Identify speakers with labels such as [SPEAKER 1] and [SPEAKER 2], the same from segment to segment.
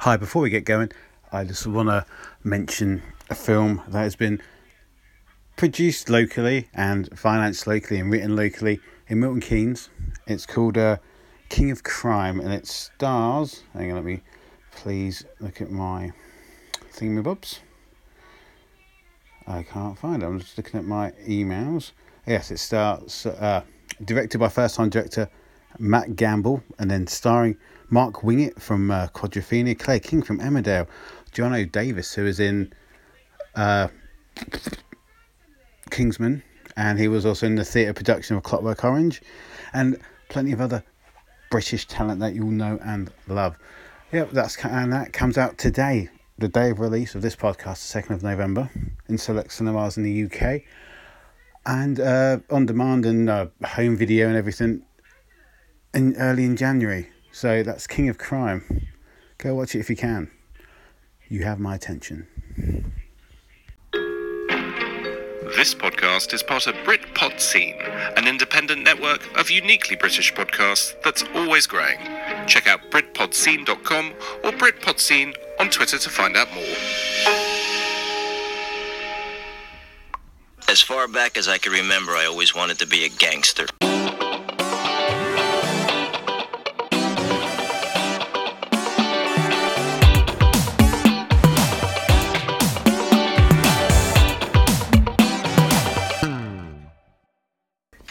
[SPEAKER 1] Hi, before we get going, I just want to mention a film that has been produced locally and financed locally and written locally in Milton Keynes. It's called uh, King of Crime and it stars. Hang on, let me please look at my thingamabobs. I can't find it. I'm just looking at my emails. Yes, it starts uh, directed by first time director Matt Gamble and then starring Mark Wingett from uh, Quadrophenia, Claire King from Emmerdale, John O. Davis, who is in uh, Kingsman, and he was also in the theatre production of Clockwork Orange, and plenty of other British talent that you'll know and love. Yep, that's and that comes out today, the day of release of this podcast, the second of November, in select cinemas in the UK, and uh, on demand and uh, home video and everything in early in January. So that's King of Crime. Go watch it if you can. You have my attention.
[SPEAKER 2] This podcast is part of Britpod Scene, an independent network of uniquely British podcasts that's always growing. Check out BritpodScene.com or Britpod Scene on Twitter to find out more.
[SPEAKER 3] As far back as I can remember, I always wanted to be a gangster.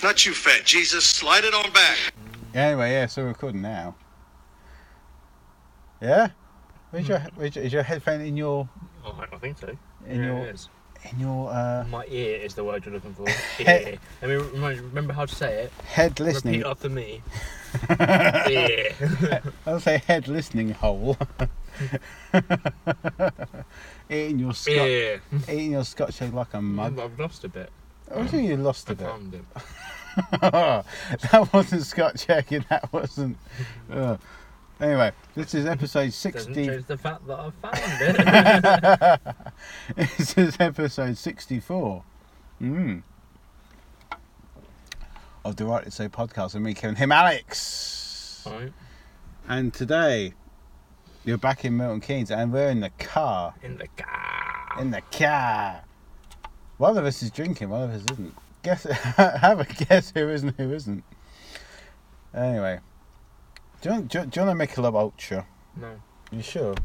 [SPEAKER 4] Not you, fat Jesus. Slide it on back.
[SPEAKER 1] Anyway, yeah, so we're recording now. Yeah? Where's your,
[SPEAKER 5] Hmm.
[SPEAKER 1] where's your, is your headphone in your
[SPEAKER 5] Oh, I think so.
[SPEAKER 1] In your-
[SPEAKER 5] it is.
[SPEAKER 1] in your uh,
[SPEAKER 5] My ear is the word you're looking for. Ear. Let me remind, remember how to say it.
[SPEAKER 1] head listening?
[SPEAKER 5] Repeat after me. ear.
[SPEAKER 1] I'll say head listening hole. eating your scotch,
[SPEAKER 5] ear.
[SPEAKER 1] eating your scotch egg like a mug.
[SPEAKER 5] I've, I've lost a bit.
[SPEAKER 1] I think you lost a
[SPEAKER 5] I
[SPEAKER 1] bit.
[SPEAKER 5] found it.
[SPEAKER 1] that wasn't scotch egg, and that wasn't. Uh. Anyway, this is episode
[SPEAKER 5] Doesn't
[SPEAKER 1] 60.
[SPEAKER 5] change the fact that I found it.
[SPEAKER 1] this is episode 64 mm. of the Rightly So podcast and me, Kevin, him, Alex.
[SPEAKER 5] Right.
[SPEAKER 1] And today, you're back in Milton Keynes and we're in the car.
[SPEAKER 5] In the car.
[SPEAKER 1] In the car. One of us is drinking, one of us isn't. Guess, have a guess who isn't, who isn't. Anyway, do you, want, do, you- do you want to make a love ultra?
[SPEAKER 5] No,
[SPEAKER 1] You sure?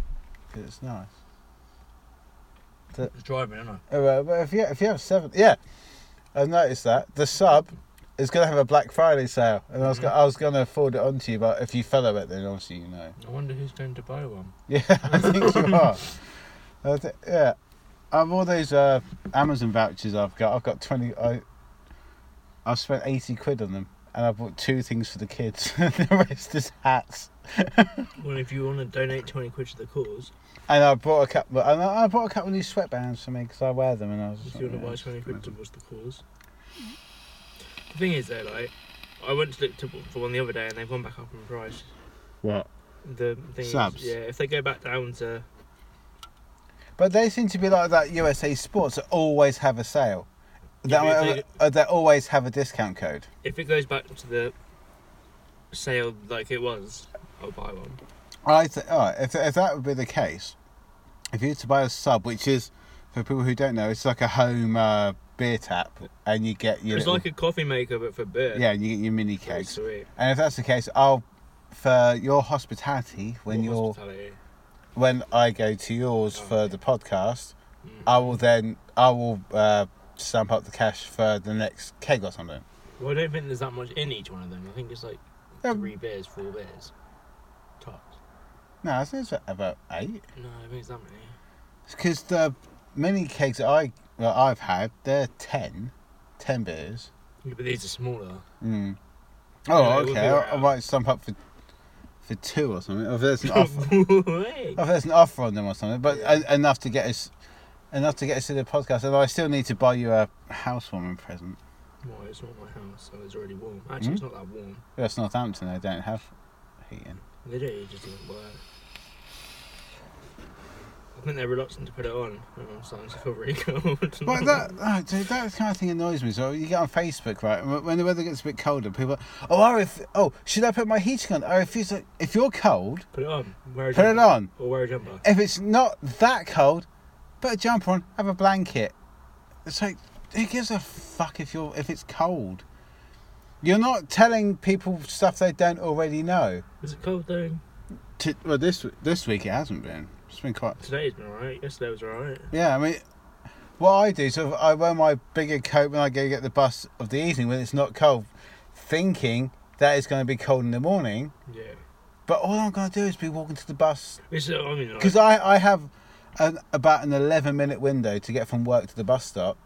[SPEAKER 1] 'Cause it's nice.
[SPEAKER 5] it's driving, isn't
[SPEAKER 1] Oh, well, but if you if you have seven, yeah, I've noticed that the sub is going to have a Black Friday sale, and I was gonna, I was going to forward it on to you, but if you follow it, then obviously you know.
[SPEAKER 5] I? I wonder who's going to buy one.
[SPEAKER 1] Yeah, I think you are. I thi- yeah, of all those uh, Amazon vouchers I've got, I've got twenty. I I've spent eighty quid on them, and I bought two things for the kids. the rest is hats.
[SPEAKER 5] Well, if you want to donate 20 quid to the cause,
[SPEAKER 1] And I bought a couple. And I I bought a couple of new sweatbands for me because I wear them, and I was. Just
[SPEAKER 5] if you
[SPEAKER 1] like,
[SPEAKER 5] want to
[SPEAKER 1] yeah, it's
[SPEAKER 5] buy 20
[SPEAKER 1] amazing.
[SPEAKER 5] quid towards the cause. The thing is, though, like, I went to look to, for one the other day and they've gone back up in price.
[SPEAKER 1] What?
[SPEAKER 5] The thing
[SPEAKER 1] Subs.
[SPEAKER 5] Is, yeah, if they go back down to
[SPEAKER 1] But they seem to be like that USA Sports that always have a sale.
[SPEAKER 5] Yeah,
[SPEAKER 1] That,
[SPEAKER 5] but they-
[SPEAKER 1] uh, that always have a discount code.
[SPEAKER 5] if it goes back to the sale like it was, I'll buy one.
[SPEAKER 1] I th- oh, if, if that would be the case, if you were to buy a sub, which is, for people who don't know, it's like a home uh, beer tap, and you get your.
[SPEAKER 5] It's
[SPEAKER 1] little-
[SPEAKER 5] like a coffee maker but for beer.
[SPEAKER 1] yeah, and you get your mini
[SPEAKER 5] Pretty
[SPEAKER 1] kegs.
[SPEAKER 5] sweet.
[SPEAKER 1] And if that's the case, I'll. For your hospitality, when
[SPEAKER 5] What
[SPEAKER 1] you're
[SPEAKER 5] hospitality.
[SPEAKER 1] when I go to yours
[SPEAKER 5] Oh, Mm.
[SPEAKER 1] for the podcast, I will then I will uh, stamp up the cash for the next keg or something.
[SPEAKER 5] Well, I don't think there's that much in each one of them. I think it's like
[SPEAKER 1] Um,
[SPEAKER 5] three beers, four beers, tops.
[SPEAKER 1] No, I think it's about eight.
[SPEAKER 5] No, I think it's that many.
[SPEAKER 1] Because the mini kegs that I that I've had, they're 10, 10 beers.
[SPEAKER 5] Yeah, but these are smaller.
[SPEAKER 1] Mm.
[SPEAKER 5] Hmm. Yeah,
[SPEAKER 1] Oh,
[SPEAKER 5] it would
[SPEAKER 1] okay.
[SPEAKER 5] be
[SPEAKER 1] I, I
[SPEAKER 5] around.
[SPEAKER 1] might stump up for for two or something. If there's an offer,
[SPEAKER 5] Wait.
[SPEAKER 1] if there's an offer on them or something, but en- enough to get us enough to get us to the podcast. And I still need to buy you a housewarming present.
[SPEAKER 5] Well, it's not my house, so it's already warm.
[SPEAKER 1] Hmm?
[SPEAKER 5] Actually, it's not that warm.
[SPEAKER 1] That's Northampton. They don't have heating.
[SPEAKER 5] They do, it just doesn't work. I I think they're reluctant to put it on. And I'm starting to feel really cold.
[SPEAKER 1] Well, that, oh, dude, that kind of thing annoys me. So you get on Facebook, right? and When the weather gets a bit colder, people, are, oh, I ref- oh, should I put my heating on? I refuse. To- if you're cold,
[SPEAKER 5] Put it on. Wear a
[SPEAKER 1] Put it
[SPEAKER 5] jumper.
[SPEAKER 1] on.
[SPEAKER 5] Or wear a jumper.
[SPEAKER 1] if it's not that cold, put a jumper on, have a blanket. It's like, who gives a fuck if you're if it's cold? You're not telling people stuff they don't already know.
[SPEAKER 5] Is it cold though?
[SPEAKER 1] T- well, this this week it hasn't been. It's been quite.
[SPEAKER 5] Today's been alright. Yesterday was alright.
[SPEAKER 1] Yeah, I mean, what I do, so I wear my bigger coat when I go get the bus of the evening when it's not cold, thinking that it's going to be cold in the morning.
[SPEAKER 5] Yeah.
[SPEAKER 1] But all I'm going to do is be walking to the bus
[SPEAKER 5] It's, uh, I mean, like,
[SPEAKER 1] because I, I have an, about an 11 minute window to get from work to the bus stop.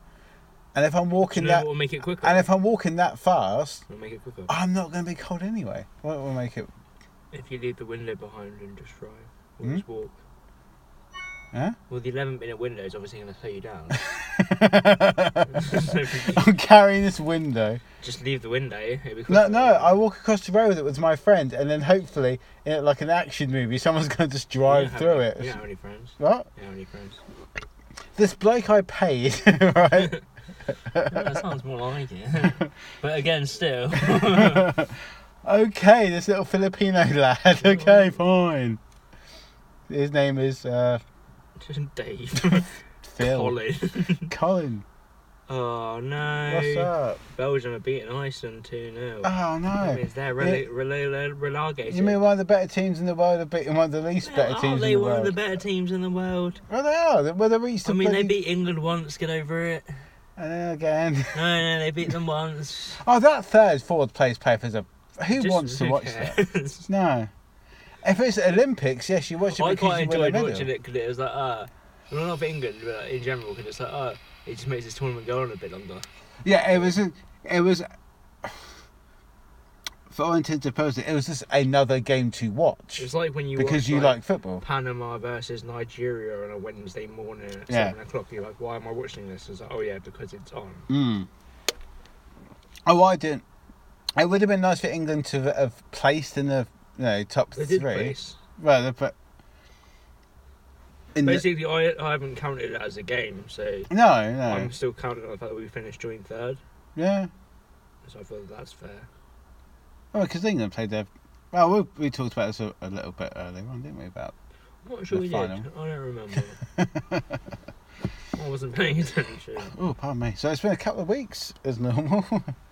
[SPEAKER 1] And if I'm
[SPEAKER 5] do
[SPEAKER 1] walking
[SPEAKER 5] you know
[SPEAKER 1] that,
[SPEAKER 5] what will make it quicker?
[SPEAKER 1] and if I'm walking that fast,
[SPEAKER 5] Will make it quicker.
[SPEAKER 1] I'm not going to be cold anyway. What will make it?
[SPEAKER 5] If you leave the window behind and just drive, or just walk.
[SPEAKER 1] Hmm? Huh?
[SPEAKER 5] Well, the 11 minute window is obviously going to slow you down.
[SPEAKER 1] I'm carrying this window.
[SPEAKER 5] just leave the window. It'll be
[SPEAKER 1] No,
[SPEAKER 5] quicker.
[SPEAKER 1] no, I walk across the road with it with my friend, and then hopefully, in like an action movie, someone's going to just
[SPEAKER 5] You don't
[SPEAKER 1] drive
[SPEAKER 5] have
[SPEAKER 1] through
[SPEAKER 5] any-
[SPEAKER 1] it.
[SPEAKER 5] You don't have any friends.
[SPEAKER 1] What?
[SPEAKER 5] You don't have any friends.
[SPEAKER 1] This bloke I paid, right?
[SPEAKER 5] Well, that sounds more like it. but again, still.
[SPEAKER 1] okay, this little Filipino lad. Okay, fine. His name is uh,
[SPEAKER 5] Just Dave.
[SPEAKER 1] Phil.
[SPEAKER 5] Colin.
[SPEAKER 1] Colin,
[SPEAKER 5] Oh no.
[SPEAKER 1] what's up?
[SPEAKER 5] Belgium are beating Iceland 2 0.
[SPEAKER 1] Oh
[SPEAKER 5] That
[SPEAKER 1] no.
[SPEAKER 5] means they're
[SPEAKER 1] Yeah.
[SPEAKER 5] rela- rela- rela- relegated.
[SPEAKER 1] You mean one of the better teams in the world have beaten one of the least
[SPEAKER 5] Yeah,
[SPEAKER 1] better
[SPEAKER 5] aren't
[SPEAKER 1] teams
[SPEAKER 5] Oh, they
[SPEAKER 1] in the
[SPEAKER 5] one
[SPEAKER 1] world?
[SPEAKER 5] of the better teams in the world?
[SPEAKER 1] well, they are. They- Well, they reached the
[SPEAKER 5] I mean, they
[SPEAKER 1] bloody-
[SPEAKER 5] beat England once, get over it.
[SPEAKER 1] And then again.
[SPEAKER 5] No, no, they beat them once.
[SPEAKER 1] Oh, that third, fourth place paper is a. Who
[SPEAKER 5] Just-
[SPEAKER 1] wants to
[SPEAKER 5] who
[SPEAKER 1] watch that?
[SPEAKER 5] cares?
[SPEAKER 1] No. If it's Olympics, yes, you watch it
[SPEAKER 5] I
[SPEAKER 1] because
[SPEAKER 5] quite
[SPEAKER 1] you win a
[SPEAKER 5] enjoyed
[SPEAKER 1] medal.
[SPEAKER 5] watching it because it was like, uh, well, not for England, but like, in general, because it's like, uh, it just makes this tournament go on a bit longer.
[SPEAKER 1] Yeah, it was. It was. For all intents and purposes, it was just another game to watch
[SPEAKER 5] It's like when you
[SPEAKER 1] because
[SPEAKER 5] watch,
[SPEAKER 1] you like football.
[SPEAKER 5] Panama versus Nigeria on a Wednesday morning at
[SPEAKER 1] Yeah.
[SPEAKER 5] seven o'clock. You're like, why am I watching this? It's like, oh yeah, because it's on.
[SPEAKER 1] Mm. Oh, I didn't. It would have been nice for England to have placed in the you know, top
[SPEAKER 5] They
[SPEAKER 1] three.
[SPEAKER 5] did place.
[SPEAKER 1] Well, they put. In the-
[SPEAKER 5] Basically, I, I haven't counted it as a game, so
[SPEAKER 1] no, no.
[SPEAKER 5] I'm still counting on the fact that we finished joint third.
[SPEAKER 1] Yeah.
[SPEAKER 5] So I feel that that's fair.
[SPEAKER 1] Oh, because England played their. Well, we, we talked about this a, a little bit earlier on, didn't we? About
[SPEAKER 5] I'm not sure
[SPEAKER 1] The
[SPEAKER 5] we did.
[SPEAKER 1] final.
[SPEAKER 5] I don't remember. I wasn't paying attention.
[SPEAKER 1] Oh, pardon me. So it's been a couple of weeks as normal.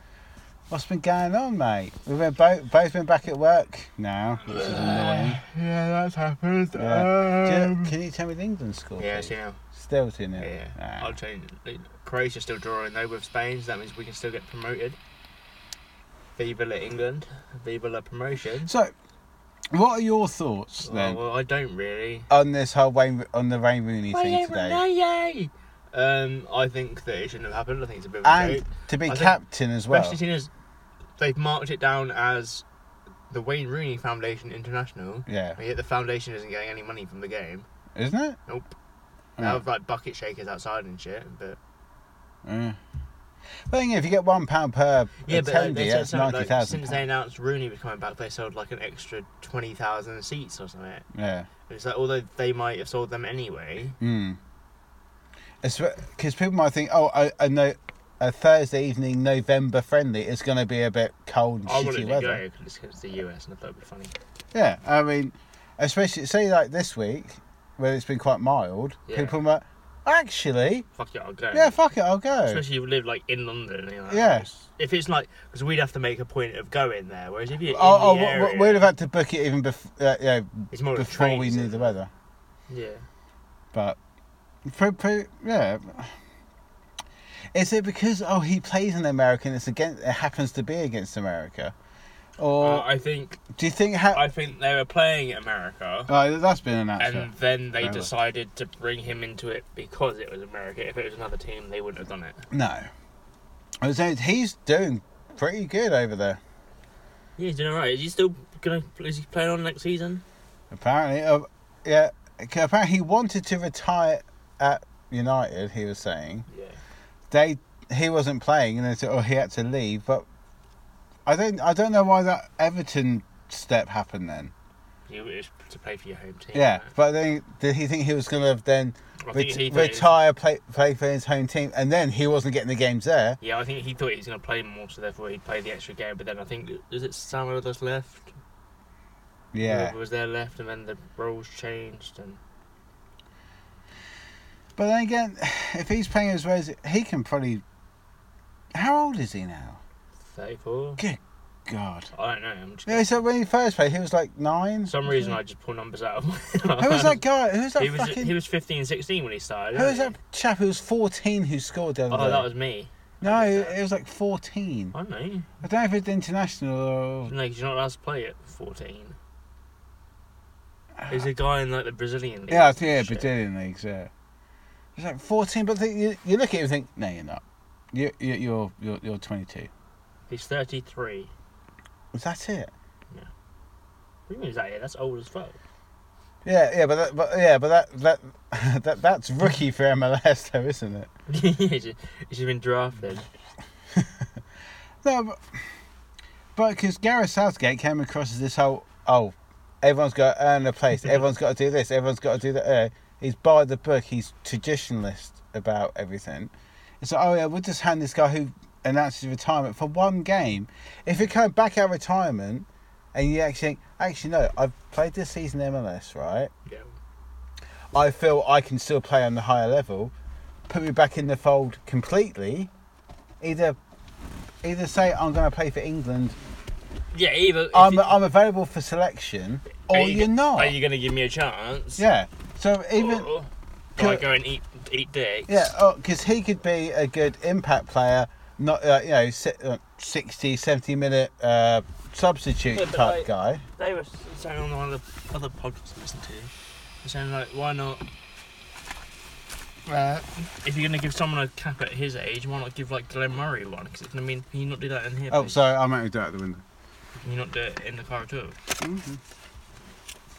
[SPEAKER 1] What's been going on, mate? We've been both, both been back at work now, which is annoying.
[SPEAKER 5] Yeah, that's happened. Uh,
[SPEAKER 1] Yeah. Do you- can you tell me the England score?
[SPEAKER 5] Um, yeah,
[SPEAKER 1] please?
[SPEAKER 5] so now,
[SPEAKER 1] Still 2 0.
[SPEAKER 5] yeah.
[SPEAKER 1] Ah.
[SPEAKER 5] I'll change. it. Croatia's still drawing though with Spain, so that means we can still get promoted. Viva la England, viva la promotion.
[SPEAKER 1] So, what are your thoughts
[SPEAKER 5] Oh,
[SPEAKER 1] then
[SPEAKER 5] well, I don't really.
[SPEAKER 1] on this whole Wayne, on the Wayne Rooney thing today?
[SPEAKER 5] Yay! Um, I think that it shouldn't have happened. I think it's a bit of a
[SPEAKER 1] And
[SPEAKER 5] joke.
[SPEAKER 1] to be
[SPEAKER 5] I think-
[SPEAKER 1] captain as well.
[SPEAKER 5] Especially seeing as they've marked it down as the Wayne Rooney Foundation International.
[SPEAKER 1] Yeah,
[SPEAKER 5] And yet the foundation isn't getting any money from the game.
[SPEAKER 1] isn't it? Oh.
[SPEAKER 5] Nope. They have like bucket shakers outside and shit, but
[SPEAKER 1] Yeah. But then if you get one pound per
[SPEAKER 5] yeah, but like,
[SPEAKER 1] attendee,
[SPEAKER 5] they said
[SPEAKER 1] that's
[SPEAKER 5] something
[SPEAKER 1] ninety
[SPEAKER 5] like,
[SPEAKER 1] thousand.
[SPEAKER 5] since they announced Rooney was coming back, they sold like an extra twenty thousand seats or something.
[SPEAKER 1] yeah.
[SPEAKER 5] It's like although they might have sold them anyway.
[SPEAKER 1] Mm. Because people might think, oh, I, I know a Thursday evening November friendly is going to be a bit cold and
[SPEAKER 5] I
[SPEAKER 1] shitty
[SPEAKER 5] wouldn't go
[SPEAKER 1] weather.
[SPEAKER 5] because it's 'cause it's the US and I thought it'd be funny.
[SPEAKER 1] Yeah, I mean, especially say like this week where it's been quite mild,
[SPEAKER 5] Yeah.
[SPEAKER 1] people might actually,
[SPEAKER 5] Fuck it, I'll go.
[SPEAKER 1] yeah, fuck it, I'll go.
[SPEAKER 5] Especially if you live like in London. and you're Like,
[SPEAKER 1] Yeah.
[SPEAKER 5] it's- If it's like because we'd have to make a point of going there, whereas if you in
[SPEAKER 1] oh, oh
[SPEAKER 5] the
[SPEAKER 1] we-
[SPEAKER 5] area,
[SPEAKER 1] we- we'd have had to book it even bef- uh, yeah,
[SPEAKER 5] it's more like
[SPEAKER 1] before we
[SPEAKER 5] trains,
[SPEAKER 1] knew
[SPEAKER 5] isn't
[SPEAKER 1] the
[SPEAKER 5] it?
[SPEAKER 1] weather.
[SPEAKER 5] Yeah.
[SPEAKER 1] But, pro- pro- yeah. Is it because oh he plays an American? It's against it happens to be against America, or
[SPEAKER 5] Uh, I think
[SPEAKER 1] Do you think how?
[SPEAKER 5] I think they were playing America,
[SPEAKER 1] Oh, that's been an
[SPEAKER 5] and
[SPEAKER 1] accident.
[SPEAKER 5] then they
[SPEAKER 1] Really?
[SPEAKER 5] decided to bring him into it because it was America. If it was another team, they wouldn't have done it.
[SPEAKER 1] No. I was saying he's doing pretty good over there.
[SPEAKER 5] Yeah, he's doing all right. Is he still gonna? Is he playing on next season?
[SPEAKER 1] Apparently, uh, yeah. 'cause Apparently, he wanted to retire at United. He was saying
[SPEAKER 5] Yeah.
[SPEAKER 1] they he wasn't playing, and they said, "Oh, he had to leave." But I don't I don't know why that Everton step happened then.
[SPEAKER 5] You it's to play for your home team.
[SPEAKER 1] Yeah, but then did he think he was going to then
[SPEAKER 5] I think he
[SPEAKER 1] ret-
[SPEAKER 5] thought it-
[SPEAKER 1] retire, play, play for his home team, and then he wasn't getting the games there?
[SPEAKER 5] Yeah, I think he thought he was going to play more, so therefore he'd play the extra game. But then I think is it Samuel that's left?
[SPEAKER 1] Yeah,
[SPEAKER 5] Whoever was there left, and then the roles changed, and
[SPEAKER 1] but then again, if he's playing as well as he can, probably. How old is he now?
[SPEAKER 5] thirty-four.
[SPEAKER 1] God.
[SPEAKER 5] I don't know. I'm just
[SPEAKER 1] Yeah, so when he first played, he was like nine.
[SPEAKER 5] for some reason I just pull numbers out. of my
[SPEAKER 1] Who was that guy? Who was that
[SPEAKER 5] He was
[SPEAKER 1] fucking?
[SPEAKER 5] he was 15, 16 when he started.
[SPEAKER 1] who was
[SPEAKER 5] wasn't
[SPEAKER 1] that chap who was fourteen who scored the
[SPEAKER 5] he?
[SPEAKER 1] other
[SPEAKER 5] Oh,
[SPEAKER 1] day?
[SPEAKER 5] that was me.
[SPEAKER 1] no, it was like fourteen.
[SPEAKER 5] I don't know.
[SPEAKER 1] I don't know if it's international or
[SPEAKER 5] No, 'cause you're not allowed to play at fourteen. There's a guy in like the Brazilian league.
[SPEAKER 1] Yeah, I think yeah,
[SPEAKER 5] Shit.
[SPEAKER 1] Brazilian leagues. Yeah, it's like fourteen, but think you, you look at it and think, no, you're not. You, you you're you're you're twenty two.
[SPEAKER 5] He's thirty-three.
[SPEAKER 1] Was that it?
[SPEAKER 5] What do you mean is that it? That's old as fuck.
[SPEAKER 1] Yeah, yeah, but that, but yeah, but that that that that's rookie for MLS though, isn't it?
[SPEAKER 5] He's just he's just been drafted.
[SPEAKER 1] No, but but because Gareth Southgate came across as this whole oh, everyone's got to earn a place, everyone's got to do this, everyone's got to do that. Uh, he's by the book. He's traditionalist about everything. It's like oh yeah, we'll just hand this guy who announced his retirement for one game. If you come back out of retirement and you actually think, actually no, I've played this season MLS right.
[SPEAKER 5] Yeah.
[SPEAKER 1] I feel I can still play on the higher level. Put me back in the fold completely. Either either say I'm going to play for England
[SPEAKER 5] Yeah, either if
[SPEAKER 1] I'm,
[SPEAKER 5] you-
[SPEAKER 1] I'm available for selection, or
[SPEAKER 5] are
[SPEAKER 1] you, are
[SPEAKER 5] g-
[SPEAKER 1] not.
[SPEAKER 5] Are you gonna give me a chance?
[SPEAKER 1] yeah. So even
[SPEAKER 5] Or do I
[SPEAKER 1] Could-
[SPEAKER 5] go and eat eat dicks?
[SPEAKER 1] yeah, because he could be a good impact player, not uh, you know si- uh, 60, 70 minute uh, substitute
[SPEAKER 5] Yeah, but
[SPEAKER 1] type
[SPEAKER 5] like-
[SPEAKER 1] guy.
[SPEAKER 5] They were saying on one of the other podcasts I listened to, they're saying like, why not? Uh, if you're gonna give someone a cap at his age, why not give like Glenn Murray one? Because it's gonna mean can you not do that in here?
[SPEAKER 1] Oh,
[SPEAKER 5] please?
[SPEAKER 1] sorry, I'm out out the window.
[SPEAKER 5] Can you not do it in the car at all?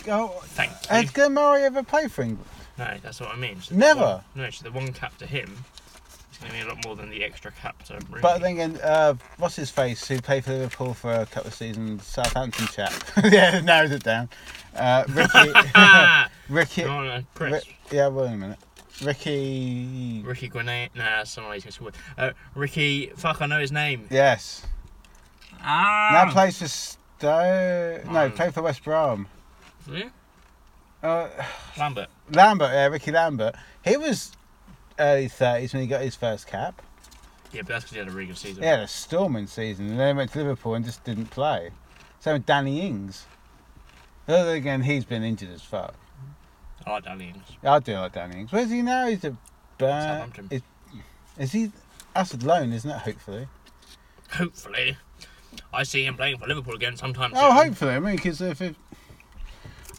[SPEAKER 1] Oh,
[SPEAKER 5] Thank you.
[SPEAKER 1] has Glenn Murray ever played for England?
[SPEAKER 5] No, that's what I mean. So the
[SPEAKER 1] Never.
[SPEAKER 5] one- no, so the one cap to him is gonna be a lot more than the extra cap to. Rooney.
[SPEAKER 1] But then again, uh, what's his face? Who played for Liverpool for a couple of seasons? Southampton chap. yeah, narrows it down. Uh, Ricky.
[SPEAKER 5] ah,
[SPEAKER 1] Ricky.
[SPEAKER 5] no, no, Chris.
[SPEAKER 1] Ri- yeah, wait a minute. Ricky.
[SPEAKER 5] Ricky Grenade. Nah, someone he's gonna score. Uh, Ricky. Fuck, I know his name.
[SPEAKER 1] Yes.
[SPEAKER 5] Ah.
[SPEAKER 1] Now plays for Stoke. No,
[SPEAKER 5] Man.
[SPEAKER 1] played for West Brom.
[SPEAKER 5] Yeah?
[SPEAKER 1] Uh,
[SPEAKER 5] Lambert.
[SPEAKER 1] Lambert, yeah, Ricky Lambert. He was early thirties when he got his first cap.
[SPEAKER 5] Yeah, but that's because he had a really good season.
[SPEAKER 1] He had a storming season, and then he went to Liverpool and just didn't play. Same with Danny Ings. Though then again, he's been injured as fuck.
[SPEAKER 5] I like Danny Ings.
[SPEAKER 1] I do like Danny Ings. Where's he now? He's a Burn.
[SPEAKER 5] Southampton.
[SPEAKER 1] Is, is he? That's a loan, isn't it? Hopefully.
[SPEAKER 5] Hopefully, I see him playing for Liverpool again sometime soon.
[SPEAKER 1] Oh, hopefully. I mean, because if it,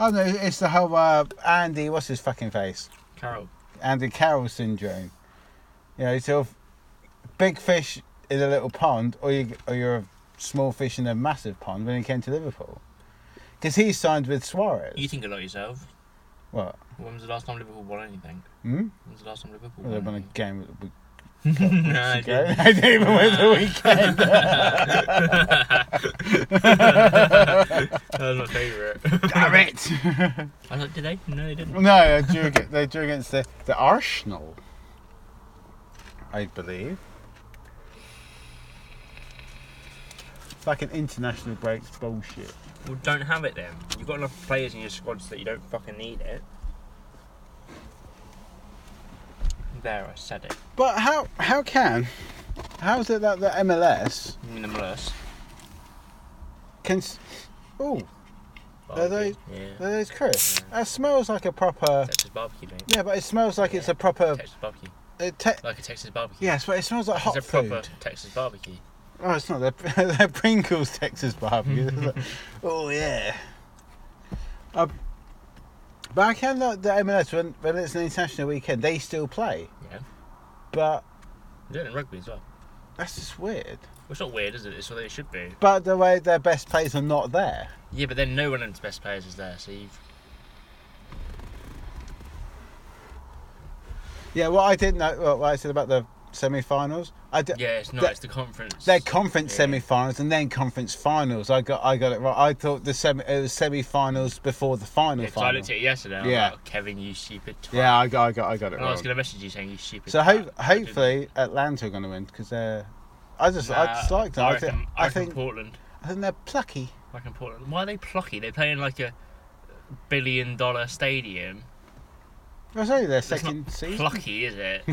[SPEAKER 1] I don't know, it's the whole uh, Andy. What's his fucking face?
[SPEAKER 5] Carroll.
[SPEAKER 1] Andy Carroll syndrome. You know, sort of big fish in a little pond, or you or you're a small fish in a massive pond. When he came to Liverpool, because he signed with Suarez.
[SPEAKER 5] You think a lot of yourself.
[SPEAKER 1] what?
[SPEAKER 5] When was the last time Liverpool won anything?
[SPEAKER 1] Hmm?
[SPEAKER 5] When was the last time Liverpool
[SPEAKER 1] Well, they won
[SPEAKER 5] won
[SPEAKER 1] a
[SPEAKER 5] anything?
[SPEAKER 1] game at the week-
[SPEAKER 5] No, I
[SPEAKER 1] ago.
[SPEAKER 5] didn't.
[SPEAKER 1] They didn't even win the weekend.
[SPEAKER 5] That was my favourite.
[SPEAKER 1] Damn it!
[SPEAKER 5] I was like, did they? No, they didn't.
[SPEAKER 1] no, uh, they drew against, they drew against the, the Arsenal, I believe. Fucking international breaks bullshit.
[SPEAKER 5] Well, don't have it then. You've got enough players in your squads that you don't fucking need it. There, I said it.
[SPEAKER 1] But how how can how is it that the MLS
[SPEAKER 5] Minimalist.
[SPEAKER 1] can? Oh, Are they-
[SPEAKER 5] Yeah.
[SPEAKER 1] that is Chris. That smells like a proper.
[SPEAKER 5] Texas barbecue, mate.
[SPEAKER 1] Yeah, but it smells like it's a proper.
[SPEAKER 5] Texas barbecue.
[SPEAKER 1] It te-
[SPEAKER 5] Like a Texas barbecue.
[SPEAKER 1] yes, but it smells like hot
[SPEAKER 5] It's a proper
[SPEAKER 1] food.
[SPEAKER 5] Texas barbecue.
[SPEAKER 1] Oh, it's not. They're, they're Pringles Texas barbecue. oh yeah. Uh, but I can look the MLS when when it's an international weekend. They still play,
[SPEAKER 5] Yeah.
[SPEAKER 1] but
[SPEAKER 5] They're doing rugby as well.
[SPEAKER 1] that's just weird.
[SPEAKER 5] It's not weird, is it? It's what it should be.
[SPEAKER 1] But the way their best players are not there.
[SPEAKER 5] Yeah, but then no one of the best players is there, so you've.
[SPEAKER 1] Yeah, what I did know, what I said about the semi-finals. I d-
[SPEAKER 5] Yeah, it's not.
[SPEAKER 1] That-
[SPEAKER 5] it's the conference.
[SPEAKER 1] They're conference
[SPEAKER 5] Yeah.
[SPEAKER 1] semi-finals and then conference finals. I got I got it right. I thought the semi it was semi-finals before the final
[SPEAKER 5] Yeah, 'cause I
[SPEAKER 1] final.
[SPEAKER 5] looked at it yesterday. I'm
[SPEAKER 1] Yeah.
[SPEAKER 5] like, Kevin, you stupid. twat."
[SPEAKER 1] yeah, I got I got I got it
[SPEAKER 5] And I was
[SPEAKER 1] right.
[SPEAKER 5] gonna message you saying you stupid.
[SPEAKER 1] So
[SPEAKER 5] twat,
[SPEAKER 1] ho-
[SPEAKER 5] but I didn't.
[SPEAKER 1] hopefully Atlanta are going to win because they're. I just I
[SPEAKER 5] Nah,
[SPEAKER 1] just like them.
[SPEAKER 5] I,
[SPEAKER 1] I,
[SPEAKER 5] reckon,
[SPEAKER 1] think
[SPEAKER 5] I
[SPEAKER 1] I
[SPEAKER 5] reckon
[SPEAKER 1] think
[SPEAKER 5] Portland.
[SPEAKER 1] I think they're plucky.
[SPEAKER 5] I reckon Portland. Why are they plucky? They're playing like a billion dollar stadium.
[SPEAKER 1] I say their
[SPEAKER 5] That's not
[SPEAKER 1] second season.
[SPEAKER 5] Plucky, is it?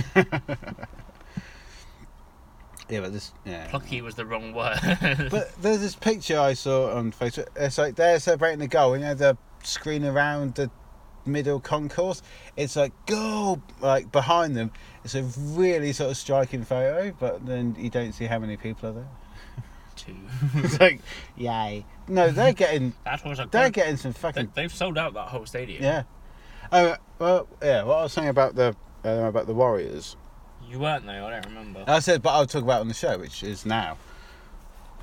[SPEAKER 1] yeah, but this yeah.
[SPEAKER 5] plucky was the wrong word.
[SPEAKER 1] But there's this picture I saw on Facebook. It's like they're celebrating the goal. You know the screen around the middle concourse. It's like goal, like behind them. It's a really sort of striking photo, but then you don't see how many people are there.
[SPEAKER 5] Two.
[SPEAKER 1] it's like, yay! No, they're getting
[SPEAKER 5] That was a
[SPEAKER 1] they're
[SPEAKER 5] good-
[SPEAKER 1] getting some
[SPEAKER 5] they,
[SPEAKER 1] fucking
[SPEAKER 5] They've sold out that whole stadium.
[SPEAKER 1] yeah. Oh well, yeah. What I was saying about the uh, about the Warriors.
[SPEAKER 5] You weren't though. I don't remember.
[SPEAKER 1] I said, but I'll talk about it on the show, which is now.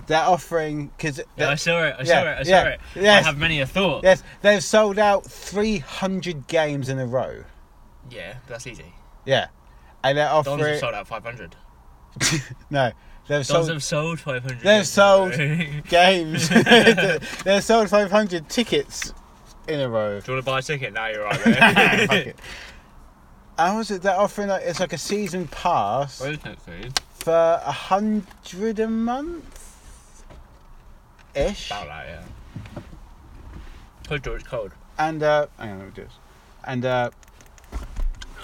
[SPEAKER 1] They're offering because
[SPEAKER 5] yeah, I saw it. I saw
[SPEAKER 1] yeah,
[SPEAKER 5] it. I saw
[SPEAKER 1] yeah,
[SPEAKER 5] it.
[SPEAKER 1] yes.
[SPEAKER 5] I have many a thought.
[SPEAKER 1] yes, they've sold out three hundred games in a row.
[SPEAKER 5] Yeah, but that's easy.
[SPEAKER 1] Yeah, and they're
[SPEAKER 5] Dons
[SPEAKER 1] offering
[SPEAKER 5] have sold out 500.
[SPEAKER 1] no, they've
[SPEAKER 5] Dons
[SPEAKER 1] sold
[SPEAKER 5] have sold 500.
[SPEAKER 1] they've sold
[SPEAKER 5] Do
[SPEAKER 1] games. they've sold five hundred tickets in a row.
[SPEAKER 5] you want to buy a ticket? Now you're right.
[SPEAKER 1] Fuck
[SPEAKER 5] mate.
[SPEAKER 1] it. How was it? They're offering like it's like a season pass
[SPEAKER 5] Where's that food?
[SPEAKER 1] for a hundred a month, ish.
[SPEAKER 5] About that, yeah. Good door, it's cold.
[SPEAKER 1] And uh, hang on, let me do this. And uh,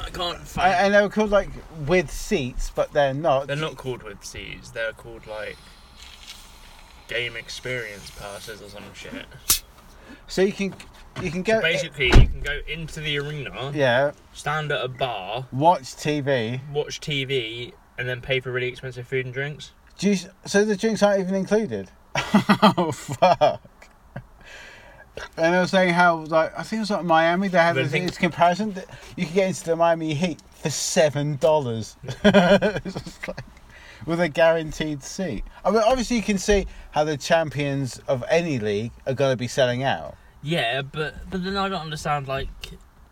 [SPEAKER 5] I can't find.
[SPEAKER 1] And, and they were called like with seats, but they're not.
[SPEAKER 5] They're not called with C's. They're called like game experience passes or some shit.
[SPEAKER 1] So you can you can go
[SPEAKER 5] Basically, you can go into the arena,
[SPEAKER 1] yeah,
[SPEAKER 5] stand at a bar,
[SPEAKER 1] watch TV.
[SPEAKER 5] watch TV, and then pay for really expensive food and drinks.
[SPEAKER 1] Do you, so the drinks aren't even included. oh fuck. And I was saying how like I think it was like Miami they had
[SPEAKER 5] The
[SPEAKER 1] this,
[SPEAKER 5] thing-
[SPEAKER 1] this comparison that you could get into the Miami Heat for seven dollars. It's just like with a guaranteed seat. I mean obviously you can see how the champions of any league are gonna be selling out.
[SPEAKER 5] Yeah, but but then I don't understand. Like,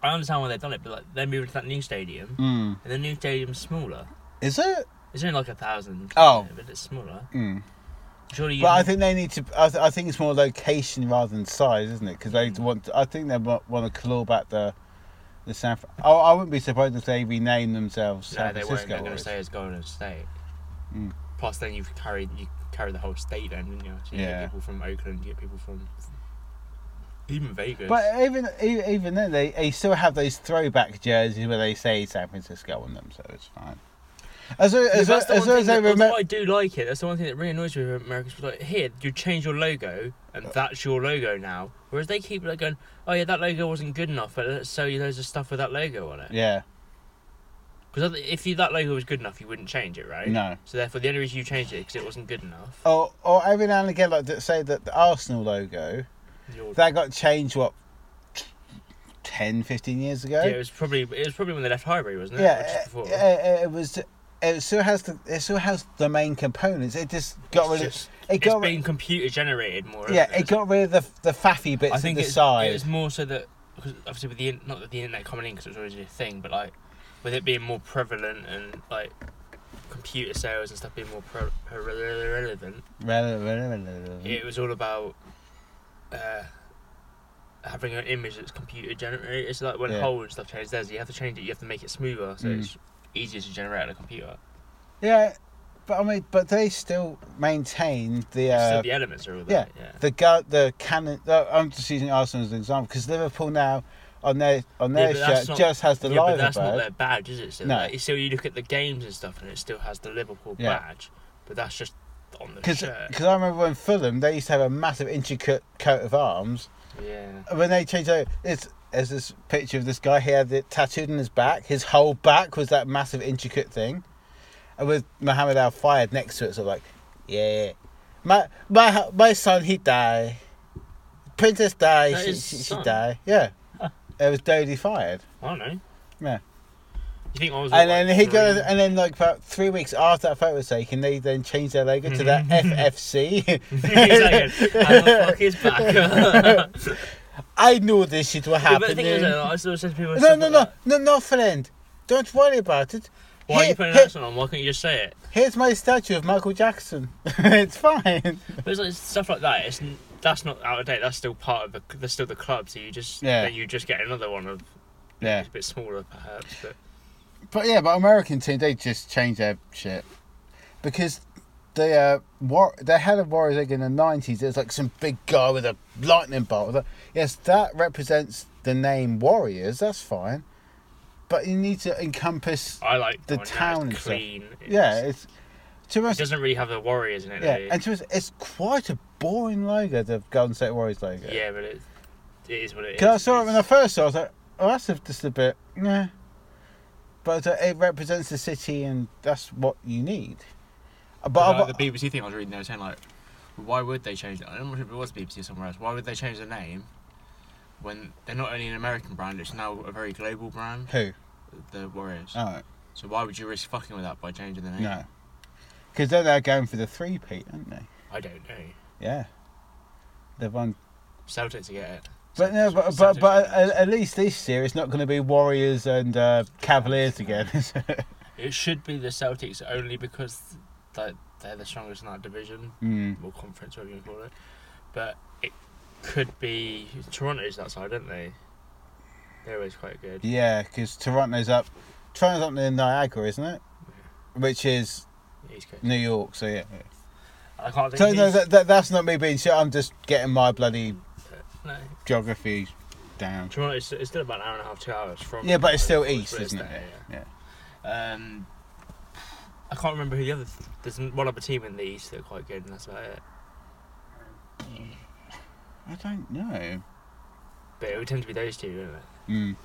[SPEAKER 5] I understand why they've done it, but like they're moving to that new stadium,
[SPEAKER 1] Mm.
[SPEAKER 5] and the new stadium's smaller.
[SPEAKER 1] Is it?
[SPEAKER 5] It's only like a thousand.
[SPEAKER 1] Oh.
[SPEAKER 5] but it's smaller.
[SPEAKER 1] Mm.
[SPEAKER 5] Surely you.
[SPEAKER 1] But I think they need to. I, th- I think it's more location rather than size, isn't it? Because they
[SPEAKER 5] Mm.
[SPEAKER 1] want. I think they want, want to claw back the, the San. Fr- I, I wouldn't be surprised if they rename themselves
[SPEAKER 5] No,
[SPEAKER 1] San
[SPEAKER 5] they weren't.
[SPEAKER 1] Francisco. Mm.
[SPEAKER 5] They're going to
[SPEAKER 1] Warriors.
[SPEAKER 5] stay as Golden State. Plus, then you've carried you carried the whole state, then didn't you? So you
[SPEAKER 1] Yeah.
[SPEAKER 5] get people from Oakland, you get people from even Vegas.
[SPEAKER 1] But even e- even then, they, they still have those throwback jerseys where they say San Francisco on them, so it's fine. As lo-
[SPEAKER 5] Yeah,
[SPEAKER 1] as, lo- as,
[SPEAKER 5] that's the one
[SPEAKER 1] long
[SPEAKER 5] thing
[SPEAKER 1] as they
[SPEAKER 5] that- although
[SPEAKER 1] remember.
[SPEAKER 5] I do like it. That's the one thing that really annoys me with Americans. was Like here, you change your logo,
[SPEAKER 1] Uh.
[SPEAKER 5] and that's your logo now. Whereas they keep like going, oh yeah, that logo wasn't good enough, but let's sell you loads of stuff with that logo on it.
[SPEAKER 1] Yeah,
[SPEAKER 5] Because if you, that logo was good enough, you wouldn't change it, right?
[SPEAKER 1] No. Oh,
[SPEAKER 5] So therefore, the only reason you changed it because it wasn't good enough.
[SPEAKER 1] or or every now and again, like that- say that the Arsenal logo
[SPEAKER 5] Your-
[SPEAKER 1] that got changed what 10, 15 years ago.
[SPEAKER 5] yeah, it was probably it was probably when they left Highbury, wasn't it? Or
[SPEAKER 1] yeah,
[SPEAKER 5] just
[SPEAKER 1] it,
[SPEAKER 5] before.
[SPEAKER 1] it, it was. It still has the. It still has the main components. It just got
[SPEAKER 5] It's
[SPEAKER 1] rid.
[SPEAKER 5] just-
[SPEAKER 1] of, it
[SPEAKER 5] it's
[SPEAKER 1] got.
[SPEAKER 5] being
[SPEAKER 1] Rid,
[SPEAKER 5] computer generated more.
[SPEAKER 1] yeah,
[SPEAKER 5] isn't
[SPEAKER 1] it got rid of the the faffy bits
[SPEAKER 5] I think
[SPEAKER 1] at the
[SPEAKER 5] it's,
[SPEAKER 1] side.
[SPEAKER 5] it's more so that because obviously with the in- not that the internet coming in because it was already a thing, but like with it being more prevalent and like computer sales and stuff being more pre- pre- relevant,
[SPEAKER 1] Rel- rel- rel- rel-
[SPEAKER 5] it was all about uh, having an image that's computer generated. It's like when
[SPEAKER 1] Yeah.
[SPEAKER 5] whole and stuff changes theirs, you have to change it, you have to make it smoother, so
[SPEAKER 1] Mm.
[SPEAKER 5] it's easier to generate on a computer.
[SPEAKER 1] Yeah, but I mean, but they still maintain the.
[SPEAKER 5] Still,
[SPEAKER 1] Uh,
[SPEAKER 5] the elements are all
[SPEAKER 1] yeah,
[SPEAKER 5] there. Yeah,
[SPEAKER 1] the gu- the cannon. The, I'm just using Arsenal as an example because Liverpool now on their on their
[SPEAKER 5] Yeah, but that's
[SPEAKER 1] shirt
[SPEAKER 5] not-
[SPEAKER 1] just has the
[SPEAKER 5] yeah, but
[SPEAKER 1] lion
[SPEAKER 5] that's not
[SPEAKER 1] bird.
[SPEAKER 5] their badge, is it? Still,
[SPEAKER 1] No.
[SPEAKER 5] Like, it's still you look at the games and stuff, and it still has the Liverpool
[SPEAKER 1] Yeah.
[SPEAKER 5] badge, but that's just on the
[SPEAKER 1] Because
[SPEAKER 5] shirt.
[SPEAKER 1] I remember when Fulham they used to have a massive intricate coat of arms,
[SPEAKER 5] Yeah.
[SPEAKER 1] when they changed over, it's there's this picture of this guy here that tattooed on his back. His whole back was that massive intricate thing, and with Muhammad Al Fayed next to it, so like, yeah, my my my son he die, princess die,
[SPEAKER 5] That
[SPEAKER 1] she,
[SPEAKER 5] is
[SPEAKER 1] she, she
[SPEAKER 5] son.
[SPEAKER 1] die, yeah. it was Dodie fired.
[SPEAKER 5] I don't know.
[SPEAKER 1] Yeah.
[SPEAKER 5] You think I was.
[SPEAKER 1] And then
[SPEAKER 5] like,
[SPEAKER 1] he got,
[SPEAKER 5] three?
[SPEAKER 1] and then like about three weeks after that photo was taken, they then changed their logo to that FFC.
[SPEAKER 5] He's like, "How the fuck is back?" Yeah,
[SPEAKER 1] I knew this shit was
[SPEAKER 5] but the
[SPEAKER 1] happening.
[SPEAKER 5] thing is, uh, I still said to people.
[SPEAKER 1] No, no, no, no, nothing. Don't worry about it.
[SPEAKER 5] Why are
[SPEAKER 1] Here-
[SPEAKER 5] you putting an
[SPEAKER 1] here-
[SPEAKER 5] accent on? Why can't you just say it?
[SPEAKER 1] Here's my statue of Michael Jackson. it's fine.
[SPEAKER 5] But it's like stuff like that. It's n- that's not out of date. That's still part of the. That's still the club. So you just
[SPEAKER 1] Yeah.
[SPEAKER 5] then you just get another one of
[SPEAKER 1] Yeah.
[SPEAKER 5] it's a bit smaller perhaps. But
[SPEAKER 1] But yeah, but American team they just change their shit because they uh war they had a Warriors egg in the nineties. There's like some big guy with a lightning bolt. I was like, Yes, that represents the name Warriors. That's fine, but you need to encompass.
[SPEAKER 5] I like
[SPEAKER 1] The
[SPEAKER 5] the
[SPEAKER 1] town
[SPEAKER 5] town. Now.
[SPEAKER 1] and
[SPEAKER 5] It's
[SPEAKER 1] stuff.
[SPEAKER 5] clean. It's,
[SPEAKER 1] Yeah, it's to
[SPEAKER 5] It
[SPEAKER 1] us.
[SPEAKER 5] doesn't really have the warriors in it.
[SPEAKER 1] Yeah,
[SPEAKER 5] really.
[SPEAKER 1] and to us, it's quite a boring logo, the Golden State Warriors logo.
[SPEAKER 5] yeah, but it, it is what it is.
[SPEAKER 1] Because I saw it when I
[SPEAKER 5] It's-
[SPEAKER 1] first saw it, I was like, oh, that's a, just a bit, yeah. But uh, it represents the city, and that's what you need. Uh, But
[SPEAKER 5] But
[SPEAKER 1] I've,
[SPEAKER 5] like the BBC thing I was reading, they were saying like, why would they change it? I don't know if it was BBC or somewhere else. Why would they change the name when they're not only an American brand, it's now a very global brand,
[SPEAKER 1] who?
[SPEAKER 5] the Warriors.
[SPEAKER 1] Oh,
[SPEAKER 5] So why would you risk fucking with that by changing the name?
[SPEAKER 1] no. Because they're now going for the three peat, aren't they?
[SPEAKER 5] I don't know.
[SPEAKER 1] Yeah. They've won.
[SPEAKER 5] Celtics to get it.
[SPEAKER 1] But no,
[SPEAKER 5] Celtics-
[SPEAKER 1] but but,
[SPEAKER 5] Celtics
[SPEAKER 1] but uh,
[SPEAKER 5] get
[SPEAKER 1] at,
[SPEAKER 5] it.
[SPEAKER 1] at least this year it's not going to be Warriors and uh, Cavaliers again. is it?
[SPEAKER 5] it should be the Celtics only because like they're the strongest in that division.
[SPEAKER 1] mm.
[SPEAKER 5] or conference, whatever you call it. But it could be Toronto's that side, don't they? They're always quite good.
[SPEAKER 1] Yeah, because Toronto's up. Toronto's up near Niagara, isn't it? Which is
[SPEAKER 5] East Coast.
[SPEAKER 1] New York, so yeah.
[SPEAKER 5] I can't think.
[SPEAKER 1] So
[SPEAKER 5] of
[SPEAKER 1] no,
[SPEAKER 5] these-
[SPEAKER 1] that, that, that's not me being shit. I'm just getting my bloody
[SPEAKER 5] no.
[SPEAKER 1] geography down.
[SPEAKER 5] Toronto's it's still about an hour and a half, two hours from.
[SPEAKER 1] Yeah, but it's still
[SPEAKER 5] but
[SPEAKER 1] east,
[SPEAKER 5] it's
[SPEAKER 1] isn't it?
[SPEAKER 5] there,
[SPEAKER 1] Yeah.
[SPEAKER 5] yeah. Um, I can't remember who the other. Th- there's one other team in the east that are quite good, and that's about it.
[SPEAKER 1] I don't know.
[SPEAKER 5] But it would tend to be those two, wouldn't it?
[SPEAKER 1] Mm.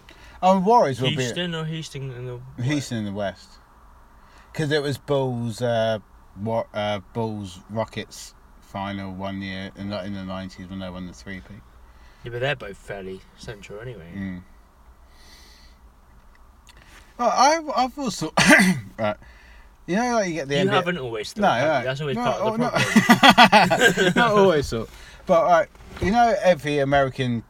[SPEAKER 1] Oh, Warriors will be
[SPEAKER 5] Houston or Houston in the.
[SPEAKER 1] Houston in the West, because it was Bulls, uh, Wa- uh, Bulls Rockets final one year in the, in the nineties when they won the three P.
[SPEAKER 5] Yeah, but they're both fairly central anyway.
[SPEAKER 1] Mm. Well, I I've also right. You know, like you get the
[SPEAKER 5] you
[SPEAKER 1] NBA
[SPEAKER 5] haven't always thought.
[SPEAKER 1] No, no,
[SPEAKER 5] have you? That's always
[SPEAKER 1] no,
[SPEAKER 5] part of the
[SPEAKER 1] oh, no.
[SPEAKER 5] problem.
[SPEAKER 1] Not always so. But like, you know, every American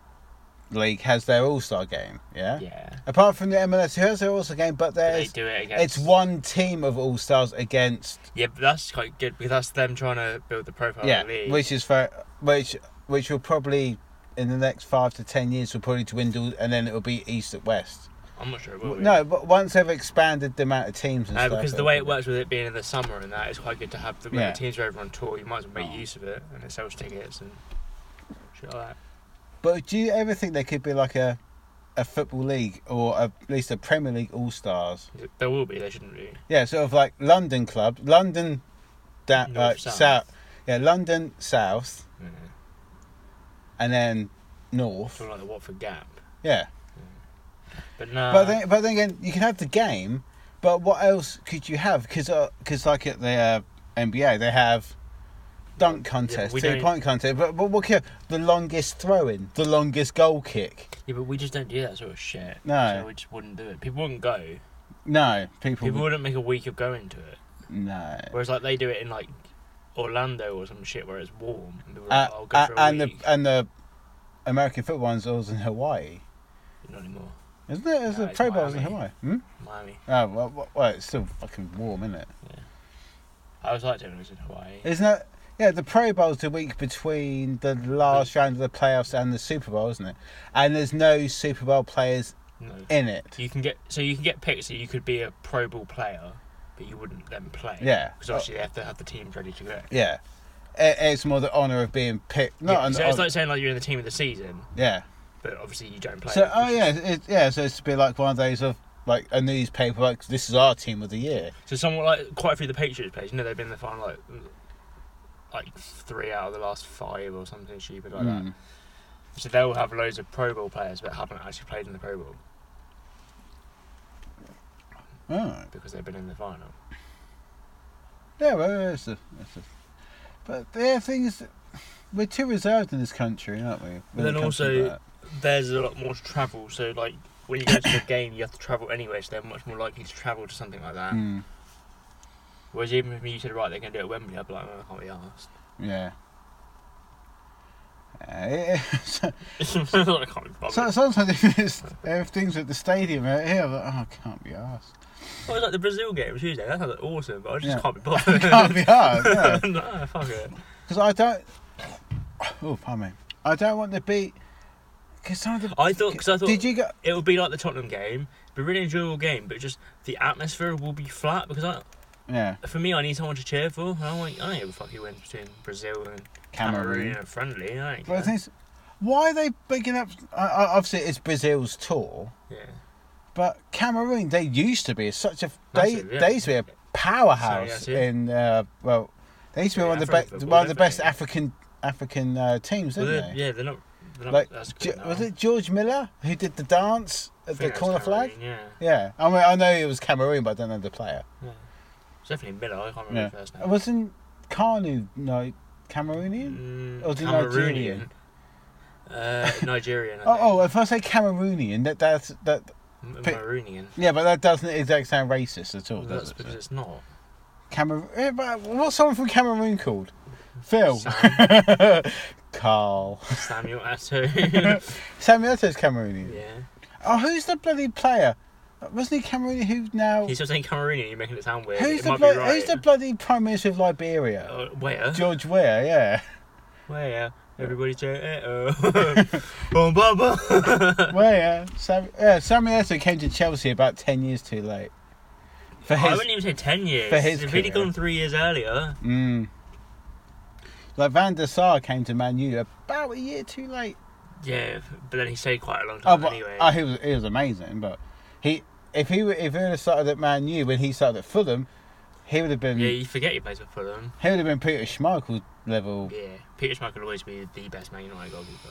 [SPEAKER 1] league has their All Star game, yeah?
[SPEAKER 5] Yeah.
[SPEAKER 1] Apart from the MLS, who has their All Star game? But
[SPEAKER 5] They
[SPEAKER 1] there's
[SPEAKER 5] do it against.
[SPEAKER 1] it's one team of All Stars against
[SPEAKER 5] Yeah, but that's quite good because that's them trying to build the profile.
[SPEAKER 1] yeah,
[SPEAKER 5] of the league.
[SPEAKER 1] which is fair, which which will probably in the next five to ten years will probably dwindle, and then it will be East at West.
[SPEAKER 5] I'm not sure. It will be.
[SPEAKER 1] No, but once they've expanded the amount of teams and
[SPEAKER 5] No,
[SPEAKER 1] stuff,
[SPEAKER 5] Uh, because the
[SPEAKER 1] it'll
[SPEAKER 5] way it
[SPEAKER 1] probably-
[SPEAKER 5] works with it being in the summer and that, it's quite good to have the, when
[SPEAKER 1] Yeah. Oh.
[SPEAKER 5] the teams are over on tour. You might as well make use of it, and it sells tickets and shit like that.
[SPEAKER 1] But do you ever think there could be like a a football league or at least a Premier League All Stars?
[SPEAKER 5] There will be. They shouldn't be.
[SPEAKER 1] Yeah, sort of like London club, London, that
[SPEAKER 5] North,
[SPEAKER 1] like
[SPEAKER 5] south. Mm-hmm.
[SPEAKER 1] south. yeah, London south,
[SPEAKER 5] Yeah.
[SPEAKER 1] and then
[SPEAKER 5] It's
[SPEAKER 1] north,
[SPEAKER 5] all like the Watford Gap.
[SPEAKER 1] yeah.
[SPEAKER 5] But no.
[SPEAKER 1] but then, but then again, you can have the game, but what else could you have? Because, because like at the uh, NBA, they have dunk contest,
[SPEAKER 5] we
[SPEAKER 1] two
[SPEAKER 5] don't-
[SPEAKER 1] point contest, but, but what care the longest throw in, the longest goal kick?
[SPEAKER 5] yeah, but we just don't do that sort of shit.
[SPEAKER 1] No.
[SPEAKER 5] So we just wouldn't do it. People wouldn't go.
[SPEAKER 1] No, people,
[SPEAKER 5] People
[SPEAKER 1] would-
[SPEAKER 5] wouldn't make a week of going to it.
[SPEAKER 1] no.
[SPEAKER 5] Whereas like they do it in like Orlando or some shit where it's warm. And people are
[SPEAKER 1] Uh,
[SPEAKER 5] like, oh, I'll go
[SPEAKER 1] uh,
[SPEAKER 5] for a
[SPEAKER 1] and the
[SPEAKER 5] week.
[SPEAKER 1] and the American football one's always in Hawaii,
[SPEAKER 5] Not anymore.
[SPEAKER 1] isn't it? Is
[SPEAKER 5] No,
[SPEAKER 1] the
[SPEAKER 5] it's
[SPEAKER 1] Pro Bowl's in
[SPEAKER 5] Miami.
[SPEAKER 1] Hawaii? Hmm?
[SPEAKER 5] Miami.
[SPEAKER 1] Oh well, well, well, it's still fucking warm, isn't it?
[SPEAKER 5] I always liked it when it was in Hawaii.
[SPEAKER 1] Isn't that? Yeah, the Pro Bowl's the week between the last round of the playoffs and the Super Bowl, isn't it? And there's no Super Bowl players
[SPEAKER 5] No.
[SPEAKER 1] in it.
[SPEAKER 5] You can get so you can get picked so you could be a Pro Bowl player, but you wouldn't then play.
[SPEAKER 1] Yeah.
[SPEAKER 5] Because obviously they have to have the teams ready to go.
[SPEAKER 1] Yeah, I- it's more the honour of being picked. Not
[SPEAKER 5] yeah,
[SPEAKER 1] an
[SPEAKER 5] so it's
[SPEAKER 1] hon-
[SPEAKER 5] like saying like you're in the team of the season,
[SPEAKER 1] yeah.
[SPEAKER 5] but obviously you don't play.
[SPEAKER 1] So oh
[SPEAKER 5] because-
[SPEAKER 1] yeah, it, yeah. So it's to be like one of those of like a newspaper like this is our team of the year.
[SPEAKER 5] So someone like quite a few of the Patriots players, you know, they've been in the final like mm, like three out of the last five or something stupid like
[SPEAKER 1] Mm.
[SPEAKER 5] that. So they'll have loads of Pro Bowl players that haven't actually played in the Pro Bowl
[SPEAKER 1] Oh.
[SPEAKER 5] because they've been in the final.
[SPEAKER 1] Yeah, well, it's a, it's a, but the thing is, we're too reserved in this country, aren't we? when
[SPEAKER 5] But
[SPEAKER 1] it
[SPEAKER 5] then
[SPEAKER 1] comes to
[SPEAKER 5] also-
[SPEAKER 1] that?
[SPEAKER 5] There's a lot more to travel, so like when you go to the game, you have to travel anyway, so they're much more likely to travel to something like that.
[SPEAKER 1] Mm,
[SPEAKER 5] Whereas even if you said, right, they're going to do it at Wembley, I'd be like, oh, I can't be asked.
[SPEAKER 1] yeah. Uh, so,
[SPEAKER 5] I can't be bothered.
[SPEAKER 1] so, sometimes if, it's, if things at the stadium out here, I'm like, oh, I can't be asked.
[SPEAKER 5] I was like the Brazil game Tuesday. That sounded awesome, but I just
[SPEAKER 1] Yeah.
[SPEAKER 5] can't be bothered.
[SPEAKER 1] Can't be asked. Yeah.
[SPEAKER 5] no, fuck it.
[SPEAKER 1] Because I don't. Oh, pardon me. I don't want to be. Because some of the.
[SPEAKER 5] I thought because I thought
[SPEAKER 1] Did you go?
[SPEAKER 5] it would be like the Tottenham game, be a really enjoyable game, but just the atmosphere will be flat because I,
[SPEAKER 1] Yeah.
[SPEAKER 5] for me, I need someone to cheer for. I don't want, I don't give a fuck who wins between Brazil and
[SPEAKER 1] Cameroon.
[SPEAKER 5] Cameroon and friendly. I
[SPEAKER 1] But
[SPEAKER 5] don't
[SPEAKER 1] the
[SPEAKER 5] care.
[SPEAKER 1] thing is, why are they bigging up? I, I, obviously, it's Brazil's tour,
[SPEAKER 5] Yeah,
[SPEAKER 1] but Cameroon they used to be such a they
[SPEAKER 5] Massive, yeah.
[SPEAKER 1] they used to be a powerhouse
[SPEAKER 5] Sorry, yes, yeah.
[SPEAKER 1] in uh, well they used to be
[SPEAKER 5] Yeah,
[SPEAKER 1] one of the
[SPEAKER 5] African
[SPEAKER 1] best
[SPEAKER 5] football,
[SPEAKER 1] one of the best
[SPEAKER 5] definitely.
[SPEAKER 1] African African uh, teams,
[SPEAKER 5] well,
[SPEAKER 1] didn't
[SPEAKER 5] they're,
[SPEAKER 1] they?
[SPEAKER 5] yeah, they're not. They're not
[SPEAKER 1] Like,
[SPEAKER 5] that's
[SPEAKER 1] Ge-
[SPEAKER 5] good now.
[SPEAKER 1] was it George Miller who did the dance
[SPEAKER 5] I
[SPEAKER 1] at the
[SPEAKER 5] think that was
[SPEAKER 1] corner flag?
[SPEAKER 5] Cameroon, Yeah,
[SPEAKER 1] Yeah, I mean I know it was Cameroon, but I don't know the player.
[SPEAKER 5] it's definitely Miller. I can't remember
[SPEAKER 1] Yeah,
[SPEAKER 5] his first name.
[SPEAKER 1] wasn't Kanu no Cameroonian?
[SPEAKER 5] Mm,
[SPEAKER 1] or was he
[SPEAKER 5] Cameroonian. Uh, Nigerian. I
[SPEAKER 1] Oh, oh, if I say Cameroonian, that that's that
[SPEAKER 5] think. M-
[SPEAKER 1] pick-
[SPEAKER 5] Maroonian.
[SPEAKER 1] yeah, but that doesn't exactly sound racist at all.
[SPEAKER 5] Well,
[SPEAKER 1] does
[SPEAKER 5] that's
[SPEAKER 1] it?
[SPEAKER 5] because it's not.
[SPEAKER 1] Cameroon. eh, but What's someone from Cameroon called? Phil.
[SPEAKER 5] Sam,
[SPEAKER 1] Carl.
[SPEAKER 5] Samuel Eto'o.
[SPEAKER 1] Samuel Eto'o's Cameroonian.
[SPEAKER 5] yeah.
[SPEAKER 1] Oh, who's the bloody player? Wasn't he Cameroonian who now.
[SPEAKER 5] He's still saying Cameroonian. You're making it sound weird.
[SPEAKER 1] who's,
[SPEAKER 5] it
[SPEAKER 1] the
[SPEAKER 5] might
[SPEAKER 1] blo-
[SPEAKER 5] be right.
[SPEAKER 1] who's the bloody Prime Minister of Liberia?
[SPEAKER 5] Uh, where?
[SPEAKER 1] George Weah, yeah.
[SPEAKER 5] Where? Everybody cheer. Oh, boom, boom, boom.
[SPEAKER 1] Weah. Sam- yeah, Samuel Eto'o came to Chelsea about 10 years too late. For
[SPEAKER 5] Oh, I
[SPEAKER 1] his.
[SPEAKER 5] wouldn't even say ten years.
[SPEAKER 1] for his
[SPEAKER 5] if he'd
[SPEAKER 1] career.
[SPEAKER 5] gone three years earlier,
[SPEAKER 1] Mm. Like Van der Sar came to Man U about a year too late.
[SPEAKER 5] yeah. But then he stayed quite a long
[SPEAKER 1] Oh,
[SPEAKER 5] time
[SPEAKER 1] but,
[SPEAKER 5] anyway.
[SPEAKER 1] oh he was he was amazing, but he if he were, if he would have started at Man U when he started at Fulham, he would have been
[SPEAKER 5] yeah, you forget he plays for Fulham.
[SPEAKER 1] he would have been Peter Schmeichel level.
[SPEAKER 5] Yeah, Peter Schmeichel will always be the best Man United goalkeeper.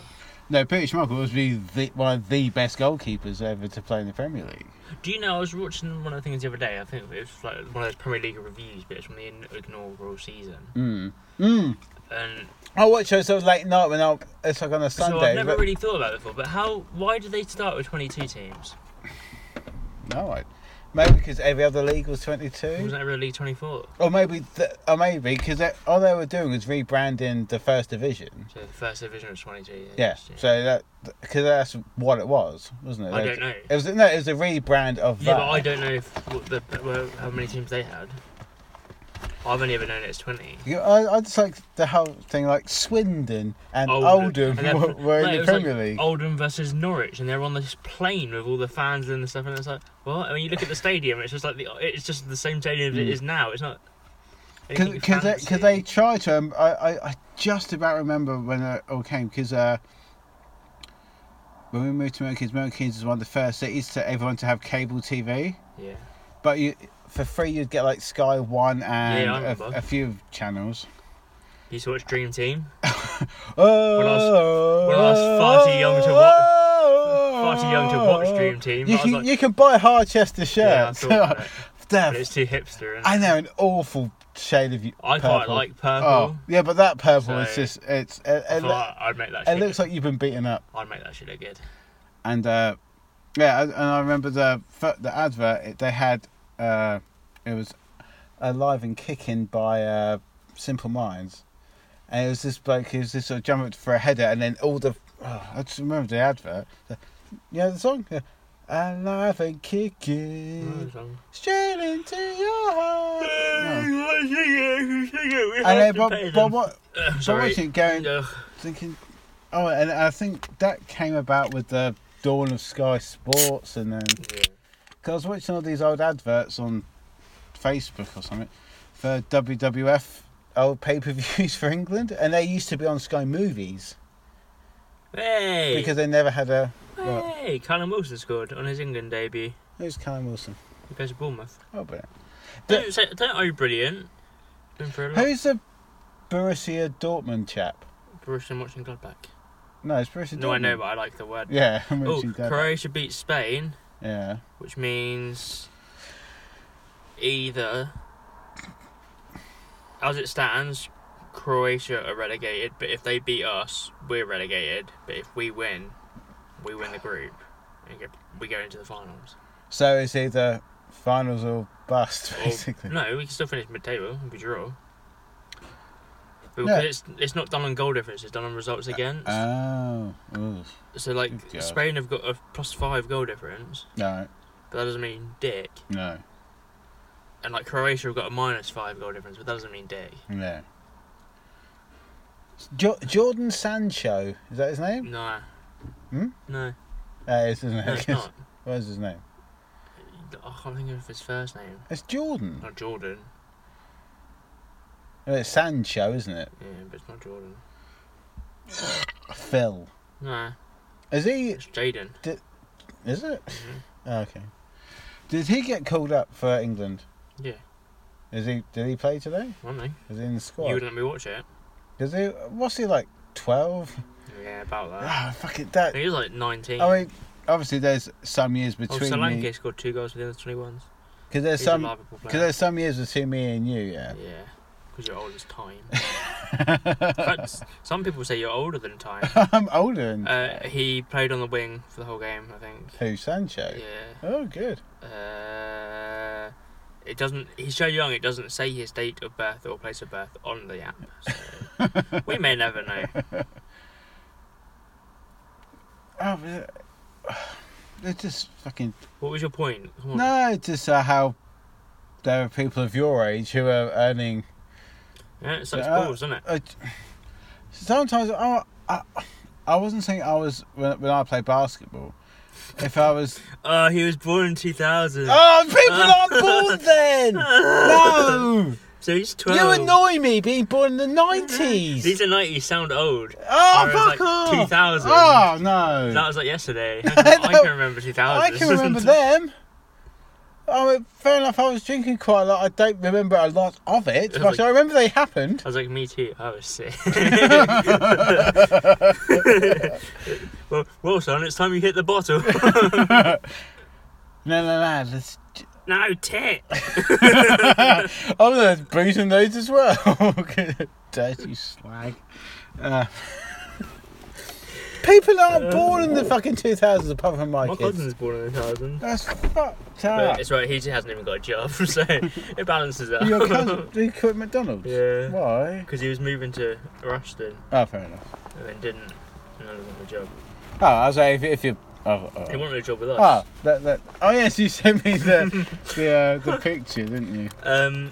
[SPEAKER 1] No, Peter Schmeichel was be the, one of the best goalkeepers ever to play in the Premier League.
[SPEAKER 5] Do you know? I was watching one of the things the other day. I think it was like one of those Premier League reviews, but it's from the inaugural season.
[SPEAKER 1] Mm. Mm.
[SPEAKER 5] And
[SPEAKER 1] I watch those sort of late night when I it's like on a Sunday.
[SPEAKER 5] so I've never
[SPEAKER 1] but-
[SPEAKER 5] really thought about it before. But how? Why do they start with 22 teams?
[SPEAKER 1] No, I, maybe because every other league was twenty
[SPEAKER 5] Wasn't
[SPEAKER 1] two,
[SPEAKER 5] that really 24?
[SPEAKER 1] or maybe th- or maybe because all they were doing was rebranding the first division.
[SPEAKER 5] So the first division was 22.
[SPEAKER 1] Yeah, so that because that's what it was, wasn't it?
[SPEAKER 5] I don't know.
[SPEAKER 1] It was no, it was a rebrand of
[SPEAKER 5] yeah,
[SPEAKER 1] that.
[SPEAKER 5] but I don't know if what the, well, how many teams they had. I've only ever known it's 20.
[SPEAKER 1] You- I, I just like the whole thing, like Swindon and Oldham,
[SPEAKER 5] Oh, and then-
[SPEAKER 1] were, were in
[SPEAKER 5] no, it
[SPEAKER 1] the
[SPEAKER 5] was
[SPEAKER 1] Premier
[SPEAKER 5] like
[SPEAKER 1] League.
[SPEAKER 5] Oldham versus Norwich, and they're on this plane with all the fans and the stuff, and it's like, what? I mean, you look at the stadium; it's just like the, it's just the same stadium as it is now. It's not. anything
[SPEAKER 1] Because Hmm. they,
[SPEAKER 5] fancy.
[SPEAKER 1] cause they tried to. Um, I, I, I just about remember when it all came because uh, when we moved to Milton Keynes, Milton Keynes was one of the first cities to everyone to have cable TV.
[SPEAKER 5] yeah,
[SPEAKER 1] But you for free, you'd get like Sky One and
[SPEAKER 5] I
[SPEAKER 1] a-
[SPEAKER 5] remember.
[SPEAKER 1] a, few channels.
[SPEAKER 5] you used to watch Dream Team.
[SPEAKER 1] Oh,
[SPEAKER 5] I was- when I was far too young to wa- far too young to watch Dream Team,
[SPEAKER 1] You
[SPEAKER 5] I was
[SPEAKER 1] can,
[SPEAKER 5] like-
[SPEAKER 1] you can buy Harchester
[SPEAKER 5] Yeah, I
[SPEAKER 1] shirts.
[SPEAKER 5] thought about it,
[SPEAKER 1] They're-
[SPEAKER 5] but it's too hipster. And
[SPEAKER 1] I know an awful shade of you.
[SPEAKER 5] I quite
[SPEAKER 1] purple.
[SPEAKER 5] like
[SPEAKER 1] Oh
[SPEAKER 5] purple.
[SPEAKER 1] yeah, but that purple is
[SPEAKER 5] So-
[SPEAKER 1] just it's it,
[SPEAKER 5] I
[SPEAKER 1] it,
[SPEAKER 5] thought I'd make that.
[SPEAKER 1] it
[SPEAKER 5] Shit
[SPEAKER 1] looks like you've been beaten up.
[SPEAKER 5] I'd make that shit look good.
[SPEAKER 1] And uh, yeah, and and I remember the fir- the advert. It, they had uh, it was alive and kicking by uh, Simple Minds, and it was this bloke who was this sort of jump up for a header, and then all the oh, I just remember the advert. The- yeah, the song. Yeah. Alive and
[SPEAKER 5] Mm.
[SPEAKER 1] kicking straight into your heart. No. And then, but, but what? So
[SPEAKER 5] Sorry.
[SPEAKER 1] what's it going?
[SPEAKER 5] Ugh.
[SPEAKER 1] Thinking, oh, and I think that came about with the dawn of Sky Sports, and then
[SPEAKER 5] Yeah.
[SPEAKER 1] because I was watching all these old adverts on Facebook or something for WWF old pay per views for England, and they used to be on Sky Movies
[SPEAKER 5] Hey.
[SPEAKER 1] because uh, they never had a. Well,
[SPEAKER 5] Hey, Callum Wilson scored on his England debut
[SPEAKER 1] who's Callum Wilson?
[SPEAKER 5] against Bournemouth.
[SPEAKER 1] Oh, brilliant. The-
[SPEAKER 5] Don't, say, don't oh, brilliant. Been for a lot.
[SPEAKER 1] Who's the Borussia Dortmund chap?
[SPEAKER 5] Borussia watching Gladbach.
[SPEAKER 1] No, it's Borussia Dortmund.
[SPEAKER 5] No, I know, but I like the word.
[SPEAKER 1] Yeah, I'm
[SPEAKER 5] Oh,
[SPEAKER 1] watching that.
[SPEAKER 5] Croatia beat Spain,
[SPEAKER 1] Yeah.
[SPEAKER 5] which means either, as it stands, Croatia are relegated. But if they beat us, we're relegated. But if we win, we win the group and get, we go into the finals.
[SPEAKER 1] So it's either finals or bust,
[SPEAKER 5] Or-
[SPEAKER 1] basically.
[SPEAKER 5] no, we can still finish mid-table if we draw. Because
[SPEAKER 1] Yeah.
[SPEAKER 5] it's, it's not done on goal difference, it's done on results against.
[SPEAKER 1] Oh, ugh.
[SPEAKER 5] so, like,
[SPEAKER 1] God.
[SPEAKER 5] Spain have got a plus five goal difference,
[SPEAKER 1] no,
[SPEAKER 5] but that doesn't mean dick.
[SPEAKER 1] no,
[SPEAKER 5] And, like, Croatia have got a minus five goal difference, but that doesn't mean dick.
[SPEAKER 1] no. Jo- Jordan Sancho is that his name? Uh,
[SPEAKER 5] No.
[SPEAKER 1] Hmm?
[SPEAKER 5] No,
[SPEAKER 1] That is, isn't it?
[SPEAKER 5] Mm. no, it's not.
[SPEAKER 1] Where's his name?
[SPEAKER 5] I can't think of his first name.
[SPEAKER 1] It's Jordan.
[SPEAKER 5] Not Jordan.
[SPEAKER 1] No, It's Sancho, isn't it?
[SPEAKER 5] Yeah, but it's not Jordan.
[SPEAKER 1] Phil.
[SPEAKER 5] Nah,
[SPEAKER 1] Is he?
[SPEAKER 5] it's Jaden.
[SPEAKER 1] Is it?
[SPEAKER 5] Mm-hmm.
[SPEAKER 1] Oh, Okay. Did he get called up for England?
[SPEAKER 5] Yeah.
[SPEAKER 1] Is he? Did he play today?
[SPEAKER 5] One thing.
[SPEAKER 1] Is he in the
[SPEAKER 5] You wouldn't
[SPEAKER 1] squad?
[SPEAKER 5] let me watch it.
[SPEAKER 1] Is he? What's he like? Twelve?
[SPEAKER 5] Yeah, about that.
[SPEAKER 1] Ah, fuck it. That.
[SPEAKER 5] I think he was like 19.
[SPEAKER 1] I mean, obviously, there's some years
[SPEAKER 5] oh,
[SPEAKER 1] between
[SPEAKER 5] Solanke
[SPEAKER 1] me
[SPEAKER 5] scored two goals for the under 21s.
[SPEAKER 1] because there's
[SPEAKER 5] He's a
[SPEAKER 1] some
[SPEAKER 5] Liverpool
[SPEAKER 1] because
[SPEAKER 5] player.
[SPEAKER 1] there's some years between me and you. Yeah.
[SPEAKER 5] Yeah, because you're old as time. That's, some people say you're older than time.
[SPEAKER 1] I'm older than
[SPEAKER 5] Uh, he played on the wing for the whole game, I think.
[SPEAKER 1] who Sancho.
[SPEAKER 5] Yeah.
[SPEAKER 1] Oh, good.
[SPEAKER 5] Uh, it doesn't. He's so young. It doesn't say his date of birth or place of birth on the app. So we may never know.
[SPEAKER 1] Oh, but, uh, it's just fucking
[SPEAKER 5] What was your point? Come on.
[SPEAKER 1] no. It's just uh, how there are people of your age who are earning
[SPEAKER 5] Yeah, it's such
[SPEAKER 1] Uh,
[SPEAKER 5] balls, isn't it?
[SPEAKER 1] Uh, sometimes I, I, I wasn't saying I was when, when I play basketball. If I was,
[SPEAKER 5] Oh, he was born in 2000.
[SPEAKER 1] oh, people aren't born then. No,
[SPEAKER 5] So he's 12.
[SPEAKER 1] you annoy me being born in the
[SPEAKER 5] These
[SPEAKER 1] nineties.
[SPEAKER 5] are 90s sound old.
[SPEAKER 1] Oh
[SPEAKER 5] Whereas,
[SPEAKER 1] fuck
[SPEAKER 5] like,
[SPEAKER 1] off!
[SPEAKER 5] 2000.
[SPEAKER 1] Oh no,
[SPEAKER 5] That was like yesterday. How can- I
[SPEAKER 1] know.
[SPEAKER 5] can remember 2000.
[SPEAKER 1] I can remember them. I mean, fair enough. I was drinking quite a lot. I don't remember a lot of it, but
[SPEAKER 5] was like-
[SPEAKER 1] I remember they happened.
[SPEAKER 5] I was like, me too. I was sick. well, well, son, it's time you hit the bottle.
[SPEAKER 1] No, no, no. Let's.
[SPEAKER 5] no, tit.
[SPEAKER 1] I'm gonna Oh, booze in those as well. Dirty slag. Uh, people aren't born in the fucking 2000s apart from my,
[SPEAKER 5] My
[SPEAKER 1] kids.
[SPEAKER 5] cousin's born in 2000.
[SPEAKER 1] That's fucked
[SPEAKER 5] But
[SPEAKER 1] up.
[SPEAKER 5] it's right, he just hasn't even got a job, so it balances out.
[SPEAKER 1] Your cousin he quit McDonald's.
[SPEAKER 5] Yeah.
[SPEAKER 1] Why?
[SPEAKER 5] Because he was moving to Rushton
[SPEAKER 1] Oh, fair enough.
[SPEAKER 5] and then didn't. And then got a job.
[SPEAKER 1] Oh, I was like, if, if you. Oh,
[SPEAKER 5] He
[SPEAKER 1] oh.
[SPEAKER 5] wanted a job with us.
[SPEAKER 1] Ah, that, that. Oh yes, you sent me the the, uh, the picture, didn't you?
[SPEAKER 5] Um,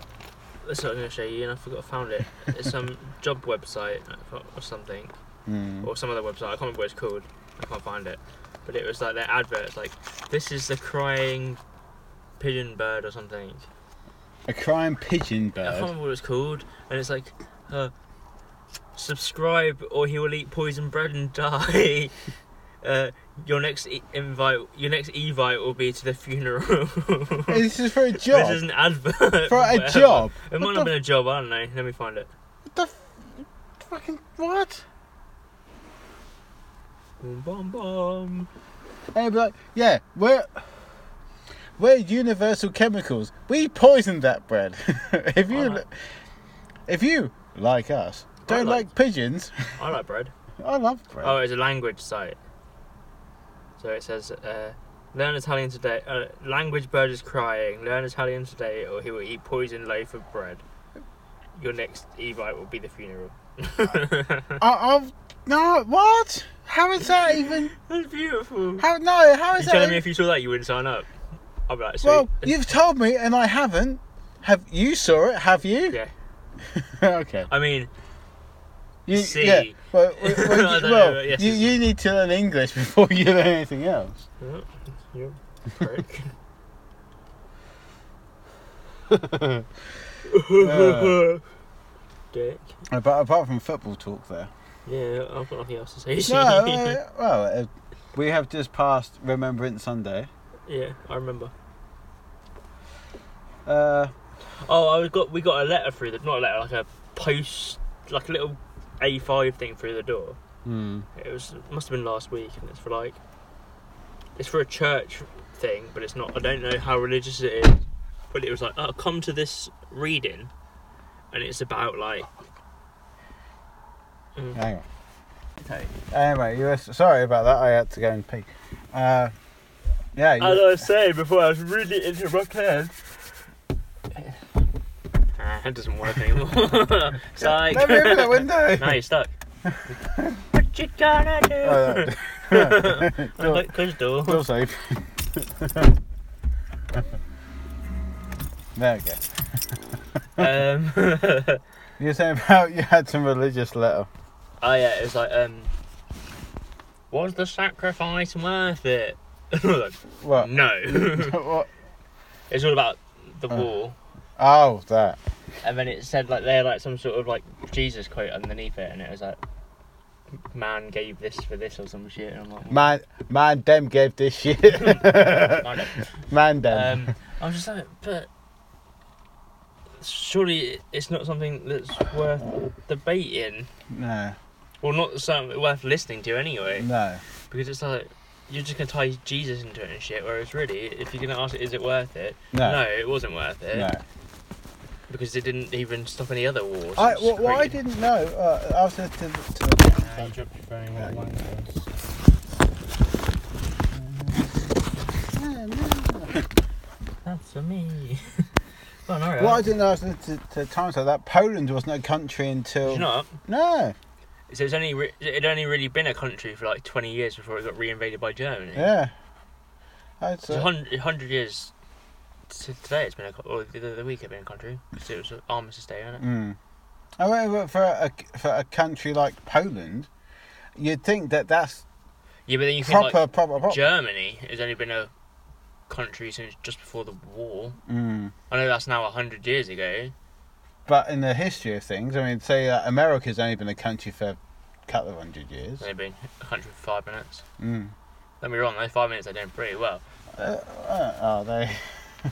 [SPEAKER 5] that's what I'm going to show you, and I forgot I found it. It's some job website uh, or something,
[SPEAKER 1] Hmm.
[SPEAKER 5] or some other website. I can't remember what it's called. I can't find it. But it was like their adverts, like, this is the crying pigeon bird or something.
[SPEAKER 1] A crying pigeon
[SPEAKER 5] I can't
[SPEAKER 1] bird.
[SPEAKER 5] remember what it's called. And it's like, uh, subscribe or he will eat poison bread and die. Uh, your next e- invite, your next evite will be to the funeral.
[SPEAKER 1] This is for a
[SPEAKER 5] This is
[SPEAKER 1] job.
[SPEAKER 5] an advert.
[SPEAKER 1] For a
[SPEAKER 5] whatever.
[SPEAKER 1] job.
[SPEAKER 5] It
[SPEAKER 1] What
[SPEAKER 5] might
[SPEAKER 1] the
[SPEAKER 5] have been a job, I don't know. Let me find it.
[SPEAKER 1] What the f- fucking what?
[SPEAKER 5] Boom, boom, boom.
[SPEAKER 1] And he'd be like, yeah, we're we're Universal Chemicals. We poisoned that bread. if you
[SPEAKER 5] I like-
[SPEAKER 1] if you like us, don't
[SPEAKER 5] like-
[SPEAKER 1] like, pigeons.
[SPEAKER 5] I like bread.
[SPEAKER 1] I love bread.
[SPEAKER 5] Oh, it's a language site. So it says, uh, learn Italian today. Uh, language bird is crying. Learn Italian today, or he will eat poisoned loaf of bread. Your next e-bite will be the funeral.
[SPEAKER 1] I, I've no what? How is that even?
[SPEAKER 5] That's beautiful. You
[SPEAKER 1] How no? How is that?
[SPEAKER 5] telling me
[SPEAKER 1] even-
[SPEAKER 5] if you saw that you wouldn't sign up? I'll be like, sweet.
[SPEAKER 1] well, you've told me and I haven't. Have you saw it? Have you?
[SPEAKER 5] yeah.
[SPEAKER 1] okay.
[SPEAKER 5] I mean,
[SPEAKER 1] You,
[SPEAKER 5] see.
[SPEAKER 1] Yeah. Well, well,
[SPEAKER 5] I
[SPEAKER 1] well,
[SPEAKER 5] don't know, but yes,
[SPEAKER 1] you,
[SPEAKER 5] it's-
[SPEAKER 1] you need to learn English before you learn anything else.
[SPEAKER 5] oh, you're a prick.
[SPEAKER 1] Uh.
[SPEAKER 5] Dick.
[SPEAKER 1] But apart from football talk, there.
[SPEAKER 5] Yeah, I've got nothing else to say.
[SPEAKER 1] No, uh, well, uh, we have just passed Remembrance Sunday.
[SPEAKER 5] yeah, I remember.
[SPEAKER 1] Uh,
[SPEAKER 5] Oh, I was got we got a letter through the not a letter like a post like a little A five thing through the door. It was must have been last week, and it's for like it's for a church thing, but it's not. I don't know how religious it is, but it was like oh, come to this reading, and it's about like Hmm.
[SPEAKER 1] Hang on. Anyway, you were, sorry about that. I had to go and pee. Uh, yeah, you,
[SPEAKER 5] as I was saying before, I was really into my pen. That doesn't work anymore. it's like,
[SPEAKER 1] Let me open that window.
[SPEAKER 5] now you're stuck. what you gonna do?
[SPEAKER 1] Oh,
[SPEAKER 5] Oh,
[SPEAKER 1] Door-
[SPEAKER 5] door.
[SPEAKER 1] door safe. there we go.
[SPEAKER 5] Um,
[SPEAKER 1] You were saying about you had some religious letter.
[SPEAKER 5] oh yeah, it was like, um, was the sacrifice worth it? I was like,
[SPEAKER 1] What?
[SPEAKER 5] no.
[SPEAKER 1] what?
[SPEAKER 5] it's all about the war.
[SPEAKER 1] Oh, that.
[SPEAKER 5] and then it said like they had like some sort of like Jesus quote underneath it, and it was like, "Man gave this for this" or some shit. And I'm like,
[SPEAKER 1] Man, man, dem gave this shit.
[SPEAKER 5] "Mind it."
[SPEAKER 1] man, dem.
[SPEAKER 5] Um, I was just like, but surely it's not something that's worth debating,
[SPEAKER 1] no,
[SPEAKER 5] or not something worth listening to anyway,
[SPEAKER 1] no.
[SPEAKER 5] because it's like. You're just gonna tie Jesus into it and shit. Whereas really, if you're gonna ask, it, is it worth it?
[SPEAKER 1] No.
[SPEAKER 5] it wasn't worth it
[SPEAKER 1] No.
[SPEAKER 5] because it didn't even stop any other wars.
[SPEAKER 1] I,
[SPEAKER 5] It's
[SPEAKER 1] what, what I
[SPEAKER 5] crazy.
[SPEAKER 1] didn't know uh, after to, to
[SPEAKER 5] Don't drop your phone while I'm going. That's for me. Go on, hurry
[SPEAKER 1] what I
[SPEAKER 5] up.
[SPEAKER 1] didn't know after to, to time so that Poland wasn't a country until
[SPEAKER 5] Do you know what?
[SPEAKER 1] no
[SPEAKER 5] So it's only re- it only really been a country for like 20 years before it got reinvaded by Germany.
[SPEAKER 1] yeah. That's
[SPEAKER 5] So
[SPEAKER 1] uh,
[SPEAKER 5] 100, 100 years to today it's been a co- or the, the week it's been a country. So it was Armistice Day, wasn't it?
[SPEAKER 1] mm. I went over for a for a country like Poland, you'd think that that's
[SPEAKER 5] Yeah, but then you think
[SPEAKER 1] proper,
[SPEAKER 5] like
[SPEAKER 1] proper proper
[SPEAKER 5] Germany has only been a country since just before the war.
[SPEAKER 1] Mm.
[SPEAKER 5] I know that's now 100 years ago.
[SPEAKER 1] But in the history of things, I mean, say uh, America's only been a country for a couple of hundred years.
[SPEAKER 5] It's only been 105 minutes.
[SPEAKER 1] Mm.
[SPEAKER 5] Don't be wrong, those five minutes they're doing pretty well.
[SPEAKER 1] Uh, are they?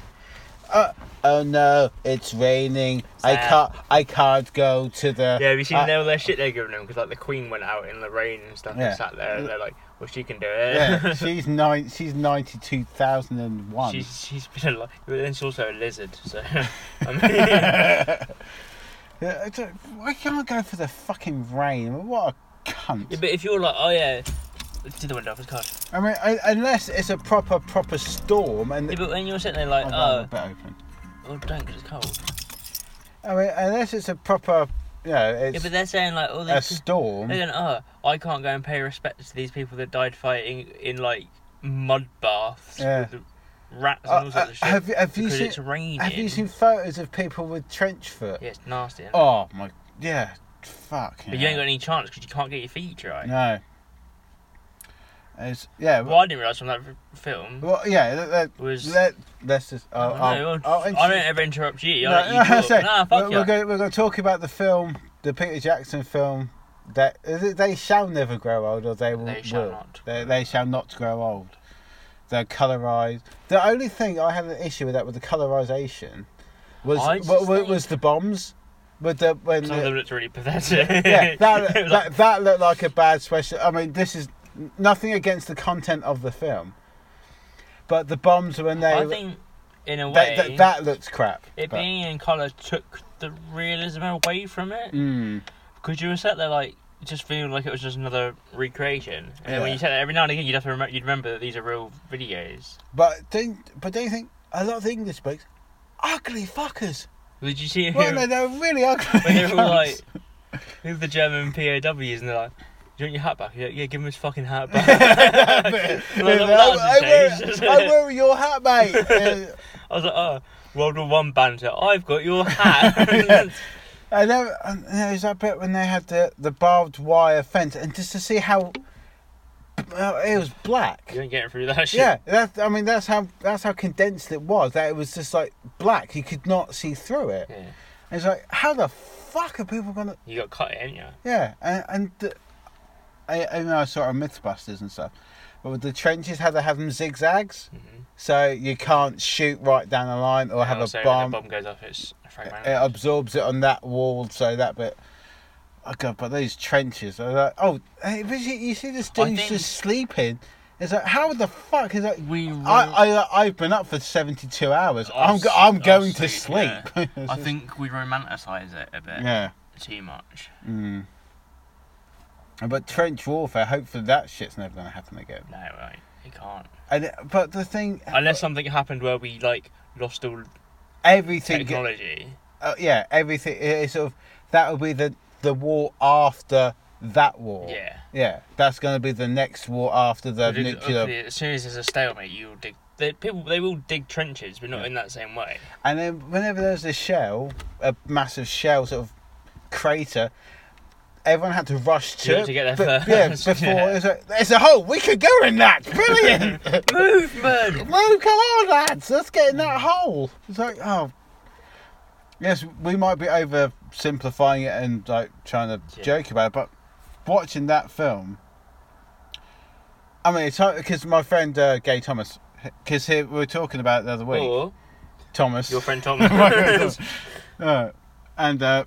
[SPEAKER 1] uh, oh no! It's raining. I
[SPEAKER 5] Sad.
[SPEAKER 1] can't. I can't go to the.
[SPEAKER 5] Yeah, have you seen
[SPEAKER 1] uh,
[SPEAKER 5] all their shit they're giving them? Because like the Queen went out in the rain and stuff
[SPEAKER 1] Yeah.
[SPEAKER 5] and sat there, and they're like, "Well, she can do it."
[SPEAKER 1] yeah, she's nine. She's ninety-two thousand and one.
[SPEAKER 5] she's she's been a li- but then she's also a lizard. So I mean,
[SPEAKER 1] Yeah, I don't- I can't go for the fucking rain. What a cunt!
[SPEAKER 5] but if you're like, oh yeah, to the window of his car.
[SPEAKER 1] I mean, I, unless it's a proper proper storm and.
[SPEAKER 5] Yeah, but when you're sitting there like,
[SPEAKER 1] I'd rather
[SPEAKER 5] oh,
[SPEAKER 1] the bit open.
[SPEAKER 5] well, don't because it's cold.
[SPEAKER 1] I mean, unless it's a proper, you know,
[SPEAKER 5] Yeah,
[SPEAKER 1] it's
[SPEAKER 5] but they're saying like "Oh, all
[SPEAKER 1] a
[SPEAKER 5] these.
[SPEAKER 1] storm.
[SPEAKER 5] They're going, oh, I can't go and pay respect to these people that died fighting in like mud baths
[SPEAKER 1] Yeah.
[SPEAKER 5] with rats and
[SPEAKER 1] Uh,
[SPEAKER 5] all
[SPEAKER 1] uh,
[SPEAKER 5] sorts of shit.
[SPEAKER 1] have you- have you
[SPEAKER 5] because
[SPEAKER 1] seen-
[SPEAKER 5] it's raining.
[SPEAKER 1] Have you seen photos of people with trench foot?
[SPEAKER 5] Yeah, it's nasty. isn't it?
[SPEAKER 1] Oh my, yeah, fuck.
[SPEAKER 5] But you ain't got any chance because you can't get your feet dry.
[SPEAKER 1] No. It's yeah.
[SPEAKER 5] Well, I didn't realise from that v- film.
[SPEAKER 1] Well, yeah. Let, let,
[SPEAKER 5] Was-
[SPEAKER 1] let, us just. Oh,
[SPEAKER 5] Oh, no,
[SPEAKER 1] I'll- I'll
[SPEAKER 5] I
[SPEAKER 1] intro-
[SPEAKER 5] don't ever interrupt you.
[SPEAKER 1] No,
[SPEAKER 5] No,
[SPEAKER 1] no,
[SPEAKER 5] you
[SPEAKER 1] sorry.
[SPEAKER 5] talk. nah, fuck
[SPEAKER 1] we're,
[SPEAKER 5] you.
[SPEAKER 1] we're going, we're going to talk about the film, the Peter Jackson film. That is it, they shall never grow old, or they will.
[SPEAKER 5] They shall
[SPEAKER 1] will.
[SPEAKER 5] not
[SPEAKER 1] They, they shall not grow old. They're colorized. The only thing I had an issue with that with the colorization was wa-
[SPEAKER 5] I just
[SPEAKER 1] wa-
[SPEAKER 5] think-
[SPEAKER 1] was the bombs. With the when
[SPEAKER 5] Some
[SPEAKER 1] the-
[SPEAKER 5] of them looked really pathetic.
[SPEAKER 1] yeah, that,
[SPEAKER 5] It was
[SPEAKER 1] that,
[SPEAKER 5] like,
[SPEAKER 1] that looked like a bad special. I mean, this is nothing against the content of the film, but the bombs when they
[SPEAKER 5] I think, in a way,
[SPEAKER 1] that, that, that looks crap.
[SPEAKER 5] it
[SPEAKER 1] but-
[SPEAKER 5] being in colour took the realism away from it.
[SPEAKER 1] Mm,
[SPEAKER 5] Because you were sat there like, just feeling like it was just another recreation. And then when
[SPEAKER 1] Yeah.
[SPEAKER 5] you sat there, every now and again, you'd have to remember, you'd remember that these are real videos.
[SPEAKER 1] but don't but don't you think a lot of the English blokes ugly fuckers?
[SPEAKER 5] Did you see
[SPEAKER 1] Well, no, they're really ugly.
[SPEAKER 5] when they're all like,
[SPEAKER 1] cunts.
[SPEAKER 5] with the German POWs, and they're like, "Do you want your hat back?" You're like, yeah, give him his fucking hat back. Like, that-
[SPEAKER 1] Yeah,
[SPEAKER 5] that
[SPEAKER 1] I,
[SPEAKER 5] was a change.
[SPEAKER 1] wear, I wear your hat, mate. Uh,
[SPEAKER 5] I was like, "Oh, World War One banter. I've got your hat."
[SPEAKER 1] I know. And there was that bit when they had the, the barbed wire fence, and just to see how well, it was black.
[SPEAKER 5] you ain't getting through that shit.
[SPEAKER 1] Yeah, that's, I mean that's how that's how condensed it was. That it was just like black. You could not see through it.
[SPEAKER 5] Yeah.
[SPEAKER 1] And it's like how the fuck are people gonna?
[SPEAKER 5] You got cut in, yeah.
[SPEAKER 1] Yeah, and, and the, I I know I saw it on MythBusters and stuff, but with the trenches how they have them zigzags, so you can't shoot right down the line or have
[SPEAKER 5] And Mm-hmm. also,
[SPEAKER 1] a
[SPEAKER 5] Oh,
[SPEAKER 1] bomb.
[SPEAKER 5] when the bomb goes off, it's Frank
[SPEAKER 1] It
[SPEAKER 5] Manning.
[SPEAKER 1] absorbs it on that wall, so that bit. Oh god, but those trenches are like oh, hey, but you, you see this
[SPEAKER 5] I
[SPEAKER 1] dude's
[SPEAKER 5] think-
[SPEAKER 1] just sleeping. It's like how the fuck is that?
[SPEAKER 5] We really-
[SPEAKER 1] I I I've been up for seventy two hours.
[SPEAKER 5] I'll
[SPEAKER 1] I'm go,
[SPEAKER 5] s-
[SPEAKER 1] I'm
[SPEAKER 5] I'll
[SPEAKER 1] going to sleep.
[SPEAKER 5] sleep,
[SPEAKER 1] It's
[SPEAKER 5] I
[SPEAKER 1] just-
[SPEAKER 5] think we romanticise it a bit
[SPEAKER 1] Yeah.
[SPEAKER 5] too much.
[SPEAKER 1] Mm. But trench warfare. Hopefully that shit's never gonna happen again.
[SPEAKER 5] No, right? You can't.
[SPEAKER 1] And it- but the thing,
[SPEAKER 5] Unless something happened where we like lost all
[SPEAKER 1] everything.
[SPEAKER 5] technology.
[SPEAKER 1] Uh, uh, yeah, everything. It, it's sort of that will be the the war after that war.
[SPEAKER 5] Yeah.
[SPEAKER 1] yeah. That's going to be the next war after the
[SPEAKER 5] But it-
[SPEAKER 1] nuclear.
[SPEAKER 5] obviously, As soon as there's a stalemate, you'll dig. They, people, they will dig trenches, but not in that same way.
[SPEAKER 1] And then whenever there's a shell, a massive shell sort of crater, everyone had to rush to,
[SPEAKER 5] Yeah,
[SPEAKER 1] it,
[SPEAKER 5] to get there
[SPEAKER 1] but-
[SPEAKER 5] first.
[SPEAKER 1] Yeah, before
[SPEAKER 5] Yeah.
[SPEAKER 1] it was like, there's a hole. We could go in that. Brilliant.
[SPEAKER 5] Movement.
[SPEAKER 1] Lou, come on, lads. Let's get in that hole. It's like, oh. Yes, we might be oversimplifying it and like trying to
[SPEAKER 5] Yeah.
[SPEAKER 1] joke about it, but watching that film, I mean, it's because my friend uh, Gay Thomas, because we were talking about it the other week.
[SPEAKER 5] Or
[SPEAKER 1] Thomas.
[SPEAKER 5] Oh. your friend Tom.
[SPEAKER 1] My friend Thomas. Uh, and uh,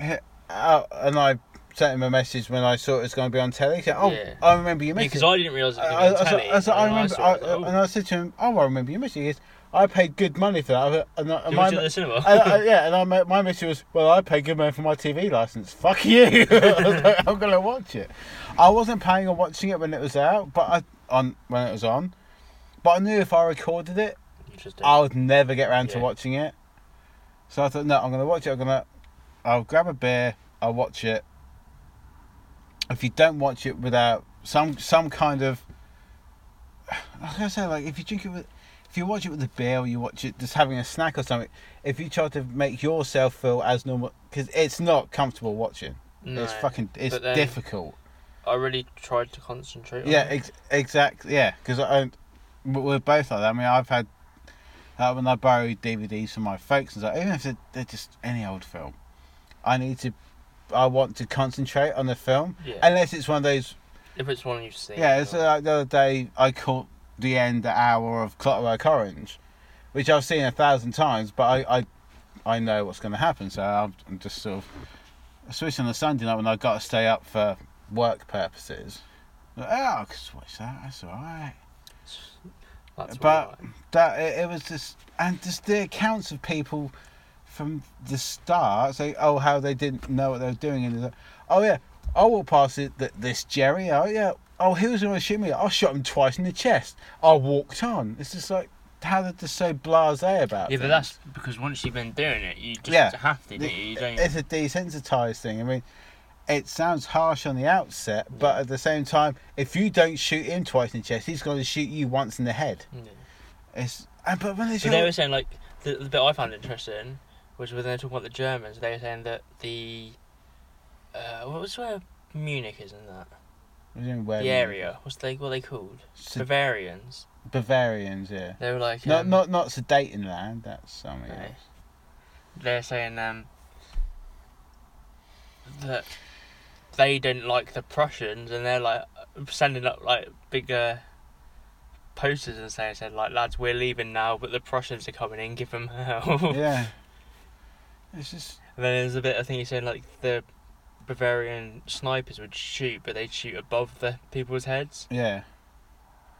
[SPEAKER 1] he- uh, and I sent him a message when I saw it was going to be on telly. He said, oh,
[SPEAKER 5] Yeah.
[SPEAKER 1] I remember you mentioned
[SPEAKER 5] Because I didn't realise it was
[SPEAKER 1] I, I,
[SPEAKER 5] going to
[SPEAKER 1] was
[SPEAKER 5] be
[SPEAKER 1] like- I,
[SPEAKER 5] on
[SPEAKER 1] was like, I
[SPEAKER 5] telly, and
[SPEAKER 1] remember,
[SPEAKER 5] then
[SPEAKER 1] I, and
[SPEAKER 5] I saw it, I was like,
[SPEAKER 1] I said to him, "Oh, I remember your message. He goes, I paid good money for that." I was, and, I- and
[SPEAKER 5] you
[SPEAKER 1] my,
[SPEAKER 5] watch it at the cinema?
[SPEAKER 1] and I- yeah, and I, ma- my message was, "Well, I paid good money for my TV license. Fuck you! I was like, I'm gonna watch it." I wasn't planning on watching it when it was out, but I on when it was on, but I knew if I recorded it,
[SPEAKER 5] "Oh, interesting."
[SPEAKER 1] I would never get around to
[SPEAKER 5] Yeah.
[SPEAKER 1] watching it. So I thought, no, I'm gonna watch it. I'm gonna, I'll grab a beer. I'll watch it. If you don't watch it without some some kind of, I was gonna say like if you drink it with, if you watch it with a beer or you watch it just having a snack or something, if you try to make yourself feel as normal, because it's not comfortable watching.
[SPEAKER 5] No,
[SPEAKER 1] it's fucking. It's
[SPEAKER 5] but then-
[SPEAKER 1] difficult.
[SPEAKER 5] I really tried to concentrate. on
[SPEAKER 1] Yeah,
[SPEAKER 5] it.
[SPEAKER 1] ex- exactly. Yeah, because I, um, we- we're both like that. I mean, I've had uh, when I borrow DVDs from my folks and stuff, even if they're, they're just any old film, I need to, I want to concentrate on the film,
[SPEAKER 5] Yeah.
[SPEAKER 1] unless it's one of those.
[SPEAKER 5] if it's one you've seen.
[SPEAKER 1] Yeah, it's
[SPEAKER 5] or-
[SPEAKER 1] like the other day I caught the end hour of Clockwork Orange, which I've seen a thousand times, but I, I, I know what's going to happen, so I'm, I'm just sort of, especially on a Sunday night when I've got to stay up for work purposes. Like, oh, I can just watch that. That's all right
[SPEAKER 5] that's
[SPEAKER 1] but
[SPEAKER 5] what I like.
[SPEAKER 1] that it, it was just and just the accounts of people from the start say oh how they didn't know what they were doing and they're like, oh yeah I will pass it th- this Jerry oh yeah oh he was going to shoot me I shot him twice in the chest I walked on it's just like how they're just so blasé about
[SPEAKER 5] yeah, but
[SPEAKER 1] things.
[SPEAKER 5] that's because once you've been doing it, you just
[SPEAKER 1] Yeah.
[SPEAKER 5] have to. do
[SPEAKER 1] The-
[SPEAKER 5] it, You don't.
[SPEAKER 1] it's a desensitized thing I mean it sounds harsh on the outset but at the same time if you don't shoot him twice in the chest he's going to shoot you once in the head
[SPEAKER 5] Yeah.
[SPEAKER 1] it's and, but when they
[SPEAKER 5] But they
[SPEAKER 1] show
[SPEAKER 5] were saying like the, the bit I found interesting was when they were talking about the Germans. They were saying that the uh, what was where Munich is in that the area. What's they what are they called?
[SPEAKER 1] Sud-
[SPEAKER 5] Bavarians.
[SPEAKER 1] Bavarians, yeah.
[SPEAKER 5] They were like
[SPEAKER 1] Not
[SPEAKER 5] um,
[SPEAKER 1] not not Sudetenland. land. That's something
[SPEAKER 5] No.
[SPEAKER 1] else.
[SPEAKER 5] They're saying um, that they didn't like the Prussians, and they're like sending up like big uh, posters and saying, "said like lads, we're leaving now, but the Prussians are coming in. Give them hell."
[SPEAKER 1] Yeah. It's just
[SPEAKER 5] And then there's a bit I think you said like the Bavarian snipers would shoot, but they'd shoot above the people's heads,
[SPEAKER 1] yeah.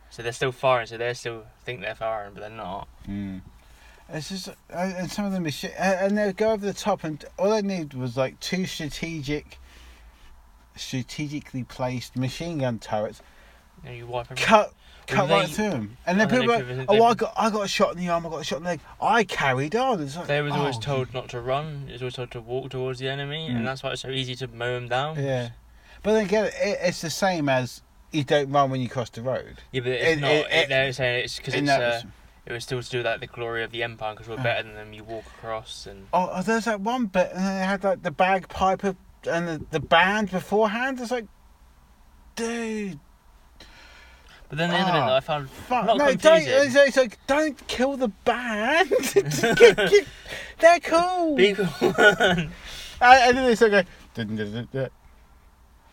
[SPEAKER 5] so they're still firing. So they still think they're firing, but they're not.
[SPEAKER 1] Mm. It's just uh, and some of them is shit, and they'll go over the top, and all they need was like two strategic, strategically placed machine gun turrets.
[SPEAKER 5] And you wipe everything.
[SPEAKER 1] Cut. Cut
[SPEAKER 5] Well,
[SPEAKER 1] right
[SPEAKER 5] they-
[SPEAKER 1] through them, and then
[SPEAKER 5] I don't
[SPEAKER 1] people
[SPEAKER 5] know
[SPEAKER 1] are like,
[SPEAKER 5] if it was-
[SPEAKER 1] "Oh,
[SPEAKER 5] they-
[SPEAKER 1] I got, I got a shot in the arm, I got a shot in the leg. I carried on." It's like,
[SPEAKER 5] They was always
[SPEAKER 1] oh,
[SPEAKER 5] told not to run. It was always told to walk towards the enemy,
[SPEAKER 1] Mm.
[SPEAKER 5] and that's why it's so easy to mow them down.
[SPEAKER 1] Yeah, but then again, it, it's the same as you don't run when you cross the road.
[SPEAKER 5] Yeah, but it's
[SPEAKER 1] It-
[SPEAKER 5] not.
[SPEAKER 1] it- it-
[SPEAKER 5] they're saying it's because
[SPEAKER 1] In
[SPEAKER 5] it's.
[SPEAKER 1] that
[SPEAKER 5] Uh,
[SPEAKER 1] respect.
[SPEAKER 5] it was still to do that the glory of the empire because we're better than them. You walk across and
[SPEAKER 1] Oh, oh, there's that one bit, and they had like the bagpiper and the, the band beforehand. It's like, dude,
[SPEAKER 5] but then the other bit
[SPEAKER 1] Ah,
[SPEAKER 5] that I found
[SPEAKER 1] fuck
[SPEAKER 5] not
[SPEAKER 1] no, don't.
[SPEAKER 5] confusing.
[SPEAKER 1] It's, it's like, don't kill the band. Just get- get- they're cool.
[SPEAKER 5] Be cool.
[SPEAKER 1] I, and then they sort of go, dun, dun, dun, dun.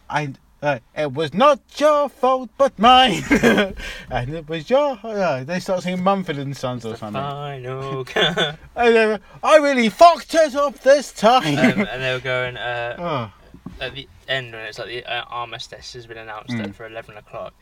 [SPEAKER 1] I, uh, it was not your fault but mine, and it was your. Uh, they start singing Mumford and Sons or something.
[SPEAKER 5] Final. um,
[SPEAKER 1] And they go, I really fucked us up this time.
[SPEAKER 5] Um, and they were going uh,
[SPEAKER 1] oh,
[SPEAKER 5] at the end when it's like the uh, armistice has been announced
[SPEAKER 1] Mm.
[SPEAKER 5] at for eleven o'clock,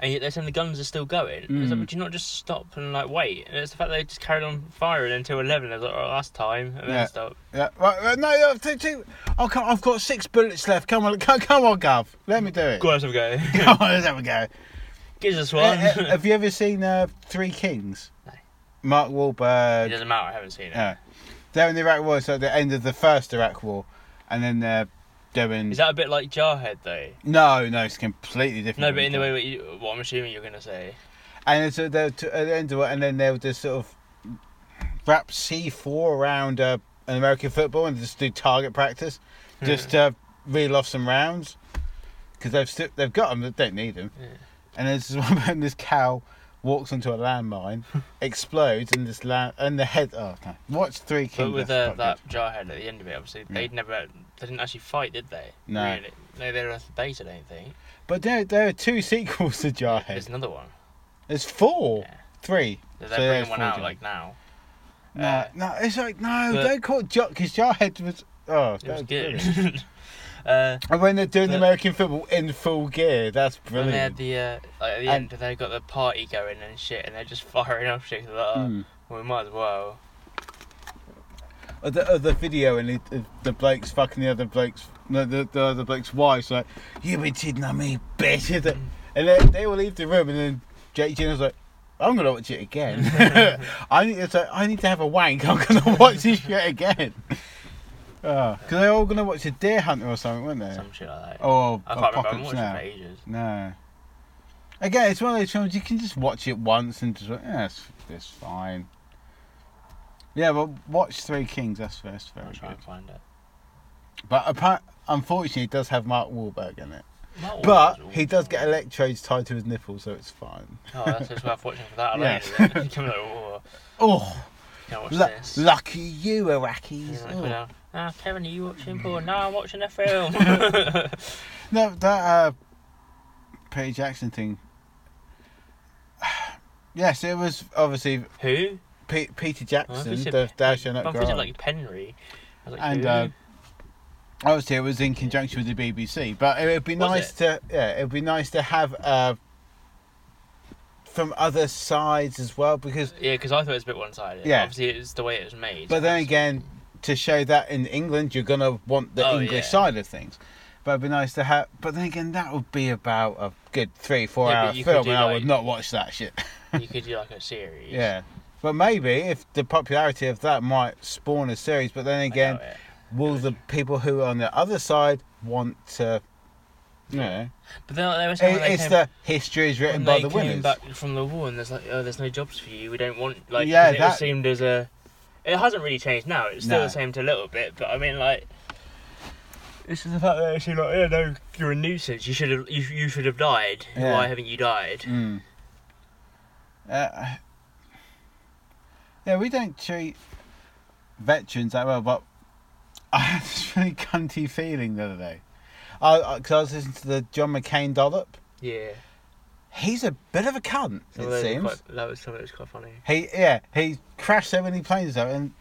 [SPEAKER 5] and yet they're saying the guns are still going. It's like,
[SPEAKER 1] Mm.
[SPEAKER 5] would you not just stop and like wait? And it's the fact they just carried on firing until eleven. I was like, oh, that's time, and
[SPEAKER 1] Yeah.
[SPEAKER 5] then stop.
[SPEAKER 1] yeah, right, right, no, no, two, two. Oh, come, I've got six bullets left. Come on, come, come on, Gov. Let me do it.
[SPEAKER 5] Go on, let's have a go.
[SPEAKER 1] Come on, let's have a go.
[SPEAKER 5] Gives us
[SPEAKER 1] Uh,
[SPEAKER 5] one.
[SPEAKER 1] uh, have you ever seen uh, Three Kings?
[SPEAKER 5] No.
[SPEAKER 1] Mark
[SPEAKER 5] It
[SPEAKER 1] Wahlberg.
[SPEAKER 5] doesn't matter. I haven't seen it.
[SPEAKER 1] Yeah. They're in the Iraq War, so at the end of the first Iraq War, and then they're doing.
[SPEAKER 5] Is that a bit like Jarhead though?
[SPEAKER 1] No, no, it's completely different.
[SPEAKER 5] No, but in the way what, you, what I'm assuming you're gonna say.
[SPEAKER 1] And so they're to, at the end of it, and then they'll just sort of wrap C4 around uh, an American football and just do target practice,
[SPEAKER 5] Hmm.
[SPEAKER 1] just to reel off some rounds. Because they've, still, they've got them, they don't need them. And there's this one about this cow walks onto a landmine, explodes, and this land, and the head. Oh, okay. Watch Three Kings.
[SPEAKER 5] But with
[SPEAKER 1] that's
[SPEAKER 5] uh,
[SPEAKER 1] quite
[SPEAKER 5] that Jarhead at the end of it, obviously they'd never, they didn't actually fight, did they?
[SPEAKER 1] No.
[SPEAKER 5] Really? No, they were at the base, I don't think.
[SPEAKER 1] good. But there, there are two sequels to
[SPEAKER 5] There's
[SPEAKER 1] Jarhead.
[SPEAKER 5] another one.
[SPEAKER 1] There's four,
[SPEAKER 5] Yeah.
[SPEAKER 1] three.
[SPEAKER 5] They're
[SPEAKER 1] So
[SPEAKER 5] bringing
[SPEAKER 1] there's
[SPEAKER 5] one
[SPEAKER 1] four
[SPEAKER 5] out
[SPEAKER 1] Jarhead.
[SPEAKER 5] like now.
[SPEAKER 1] No,
[SPEAKER 5] Uh,
[SPEAKER 1] no, it's like no,
[SPEAKER 5] but-
[SPEAKER 1] don't call it Jar because Jarhead was oh,
[SPEAKER 5] It was
[SPEAKER 1] that's brilliant.
[SPEAKER 5] good. uh,
[SPEAKER 1] And when they're doing the
[SPEAKER 5] But-
[SPEAKER 1] American football in full gear, that's
[SPEAKER 5] and they
[SPEAKER 1] brilliant.
[SPEAKER 5] had the uh, like at the
[SPEAKER 1] And-
[SPEAKER 5] end, they got the party going and shit, and they're just firing off shit. Like, oh,
[SPEAKER 1] Mm.
[SPEAKER 5] well, we might as well.
[SPEAKER 1] Or Uh, the, or the video and the, the, the bloke's fucking the other bloke's no, the, the other bloke's wife. Like you been cheating on me, bitch. Is
[SPEAKER 5] Mm.
[SPEAKER 1] it?" And then they will leave the room, and then Jake Gyllenhaal's like. I'm gonna watch it again. I need it's like, I need to have a wank. I'm gonna watch this shit again. Because they're all gonna watch a Deer Hunter or something, weren't they?
[SPEAKER 5] Some shit like that.
[SPEAKER 1] Or
[SPEAKER 5] I can't remember. I'm
[SPEAKER 1] Apocalypse
[SPEAKER 5] watching
[SPEAKER 1] Now.
[SPEAKER 5] for ages.
[SPEAKER 1] No. Again, it's one of those films you can just watch it once and just yeah, it's, it's fine. Yeah, well, watch Three Kings. That's first, very
[SPEAKER 5] I'll try
[SPEAKER 1] good.
[SPEAKER 5] and find it.
[SPEAKER 1] But apart, unfortunately, it does have Mark Wahlberg in it.
[SPEAKER 5] Not all
[SPEAKER 1] But
[SPEAKER 5] those are
[SPEAKER 1] he
[SPEAKER 5] Oh, awful.
[SPEAKER 1] does get electrodes tied to his nipples, so it's fine.
[SPEAKER 5] Oh, that's just worth watching for that alone.
[SPEAKER 1] Yeah.
[SPEAKER 5] isn't it? Come like, oh,
[SPEAKER 1] Oh,
[SPEAKER 5] can't watch
[SPEAKER 1] lu-
[SPEAKER 5] this.
[SPEAKER 1] lucky you, Iraqis.
[SPEAKER 5] Yeah,
[SPEAKER 1] Oh. Hmm.
[SPEAKER 5] you know, Ah, Kevin, are you watching porn? No, I'm watching a film.
[SPEAKER 1] No, that uh, Peter Jackson thing. yes, it was obviously
[SPEAKER 5] Who?
[SPEAKER 1] Pe- Peter
[SPEAKER 5] Oh, I
[SPEAKER 1] Jackson,
[SPEAKER 5] thought you
[SPEAKER 1] the
[SPEAKER 5] said-
[SPEAKER 1] Dash and
[SPEAKER 5] I'm thinking like Penry. I was like,
[SPEAKER 1] and
[SPEAKER 5] who?
[SPEAKER 1] uh, obviously it was in conjunction with the BBC. But it would be
[SPEAKER 5] Was
[SPEAKER 1] nice
[SPEAKER 5] it?
[SPEAKER 1] to yeah, it would be nice to have uh, from other sides as well because.
[SPEAKER 5] yeah, because I thought it was a bit one-sided.
[SPEAKER 1] Yeah.
[SPEAKER 5] Obviously, it's the way it was made.
[SPEAKER 1] But then again, to show that in England, you're gonna want the
[SPEAKER 5] Oh,
[SPEAKER 1] English
[SPEAKER 5] yeah.
[SPEAKER 1] side of things. But it'd be nice to have. But then again, that would be about a good three, four
[SPEAKER 5] Yeah, but
[SPEAKER 1] hour
[SPEAKER 5] you could
[SPEAKER 1] film,
[SPEAKER 5] do
[SPEAKER 1] and I
[SPEAKER 5] like-
[SPEAKER 1] would not watch that shit.
[SPEAKER 5] you could do like a series.
[SPEAKER 1] yeah. But maybe if the popularity of that might spawn a series, but then
[SPEAKER 5] I
[SPEAKER 1] again,
[SPEAKER 5] doubt it.
[SPEAKER 1] will the people who are on the other side want to you know
[SPEAKER 5] But then they were saying when
[SPEAKER 1] it,
[SPEAKER 5] they
[SPEAKER 1] it's
[SPEAKER 5] came,
[SPEAKER 1] the history is
[SPEAKER 5] when
[SPEAKER 1] written by
[SPEAKER 5] they
[SPEAKER 1] the
[SPEAKER 5] came
[SPEAKER 1] winners
[SPEAKER 5] back from the war, and there's like, oh, there's no jobs for you. We don't want like.
[SPEAKER 1] Yeah,
[SPEAKER 5] 'cause it
[SPEAKER 1] that-
[SPEAKER 5] seemed as a. It hasn't really changed now. It's still
[SPEAKER 1] No.
[SPEAKER 5] the same to a little bit, but I mean like. It's just the fact that actually like, yeah, no, you're a nuisance. You should have, you, you should have died.
[SPEAKER 1] Yeah.
[SPEAKER 5] Why haven't you died?
[SPEAKER 1] Mm. Uh, yeah we don't treat veterans that well but i had this really cunty feeling the other day because I, 'cause I was listening to the john mccain dollop
[SPEAKER 5] Yeah.
[SPEAKER 1] he's a bit of a cunt
[SPEAKER 5] So
[SPEAKER 1] it
[SPEAKER 5] those are
[SPEAKER 1] seems
[SPEAKER 5] quite- that was something that was quite funny.
[SPEAKER 1] He yeah, he crashed so many planes though, and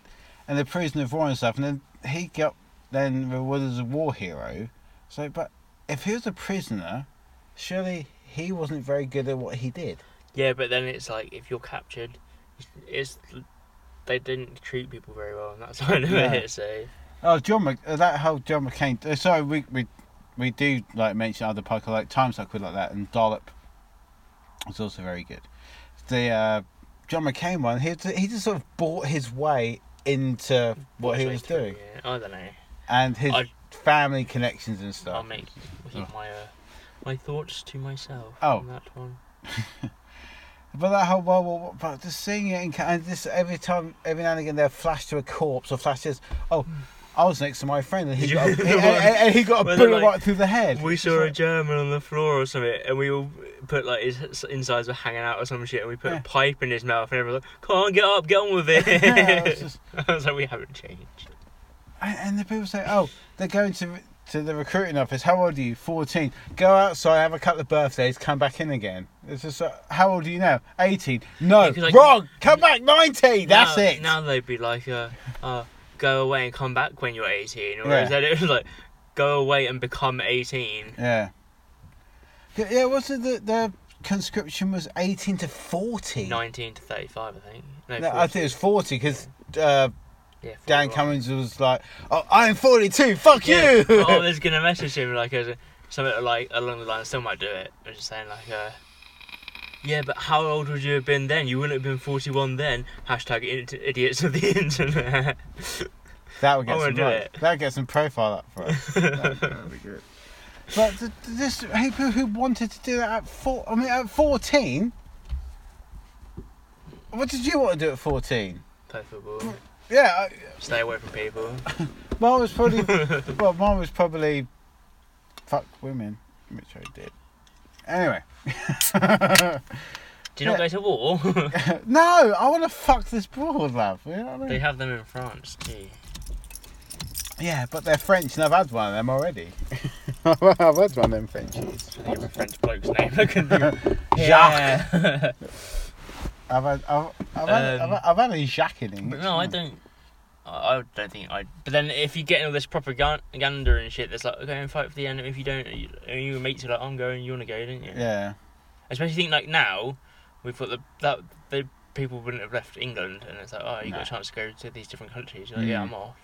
[SPEAKER 1] and the prisoner of war and stuff, and then he got then rewarded as a war hero. So, but if he was a prisoner, surely he wasn't very good at what he did.
[SPEAKER 5] Yeah, but then it's like if you're captured, it's they didn't treat people very well on that side of
[SPEAKER 1] No.
[SPEAKER 5] it. So
[SPEAKER 1] Oh, John Mc, uh, that whole John McCain. Uh, sorry, we we we do like mention other podcasts like Times Up with like that, and Dollop was also very good. The uh, John McCain one, he he just sort of bought his way into what he
[SPEAKER 5] Actually,
[SPEAKER 1] was
[SPEAKER 5] through,
[SPEAKER 1] doing,
[SPEAKER 5] yeah. I don't know.
[SPEAKER 1] and his
[SPEAKER 5] I-
[SPEAKER 1] family connections and stuff.
[SPEAKER 5] I'll make keep my uh, my thoughts to myself.
[SPEAKER 1] Oh.
[SPEAKER 5] on that one.
[SPEAKER 1] But that whole World War, One- but just seeing it in, ca- and just every time, every now and again, they'll flash to a corpse or flashes. Oh, I was next to my friend and he
[SPEAKER 5] Did
[SPEAKER 1] got a,
[SPEAKER 5] you-
[SPEAKER 1] and, and- and he got a
[SPEAKER 5] Where they're
[SPEAKER 1] bullet
[SPEAKER 5] like,
[SPEAKER 1] right through the head.
[SPEAKER 5] We
[SPEAKER 1] It's
[SPEAKER 5] saw a
[SPEAKER 1] like,
[SPEAKER 5] German on the floor or something, and we all put like his insides were hanging out or some shit, and we put
[SPEAKER 1] Yeah.
[SPEAKER 5] a pipe in his mouth, and everyone was like, "Come on, get up, get on with
[SPEAKER 1] Yeah, it's
[SPEAKER 5] it."
[SPEAKER 1] just-
[SPEAKER 5] I was like, "We haven't changed."
[SPEAKER 1] and, and the people say, oh, they're going to to the recruiting office. How old are you? Fourteen. Go outside, have a couple of birthdays, come back in again. It's just uh, how old are you now? Eighteen. No,
[SPEAKER 5] Yeah, 'cause, like,
[SPEAKER 1] wrong. Come back nineteen. That's
[SPEAKER 5] now,
[SPEAKER 1] it.
[SPEAKER 5] Now they'd be like, uh, uh, go away and come back when you're 18. Or
[SPEAKER 1] Yeah.
[SPEAKER 5] is that it was like, go away and become 18.
[SPEAKER 1] Yeah. Yeah, Yeah, was it the, the conscription was 18 to 40?
[SPEAKER 5] 19 to 35, I think. No,
[SPEAKER 1] No,
[SPEAKER 5] 40.
[SPEAKER 1] I think it was 40 because uh,
[SPEAKER 5] yeah,
[SPEAKER 1] Dan
[SPEAKER 5] 41.
[SPEAKER 1] Cummins was like, oh, I'm 42, fuck
[SPEAKER 5] Yeah.
[SPEAKER 1] you!
[SPEAKER 5] oh, there's gonna message him like as a, something like along the line. Still might do it. I'm just saying like, uh, Yeah, but how old would you have been then? You wouldn't have been 41 then. Hashtag id- idiots of the internet.
[SPEAKER 1] That would get
[SPEAKER 5] I'm gonna
[SPEAKER 1] some.
[SPEAKER 5] do
[SPEAKER 1] right-
[SPEAKER 5] it.
[SPEAKER 1] That would get some profile up for us. That'd be good. But th- th- this people who wanted to do that at four. I mean, at fourteen. What did you want to do at fourteen?
[SPEAKER 5] Play football.
[SPEAKER 1] Yeah, I,
[SPEAKER 5] Stay away from people.
[SPEAKER 1] mine was probably. well, mine was probably. Fuck women, which I did. Anyway,
[SPEAKER 5] Do you
[SPEAKER 1] Yeah.
[SPEAKER 5] not go to war?
[SPEAKER 1] no, I want to fuck this broad, love. You know what I mean?
[SPEAKER 5] they have them in France. Gee.
[SPEAKER 1] Yeah, but they're French, and I've had one of them already. I've had one of them Frenchies.
[SPEAKER 5] I think of a French bloke's name. I couldn't think of-
[SPEAKER 1] Jacques.
[SPEAKER 5] Yeah.
[SPEAKER 1] I've had, I've, I've, had, I've,
[SPEAKER 5] Um,
[SPEAKER 1] had, I've had a Jacques in English.
[SPEAKER 5] but no, I don't. I I don't think I. But then, if you get in all this propaganda and shit, that's like, okay, and fight for the enemy. If you don't, you, and your mates are like, I'm going. You want to go, don't you?
[SPEAKER 1] Yeah.
[SPEAKER 5] Especially think like now, we've got the that the people wouldn't have left England, and it's like, oh, you got a chance to go to these different countries. You're like, yeah,
[SPEAKER 1] Mm.
[SPEAKER 5] I'm off.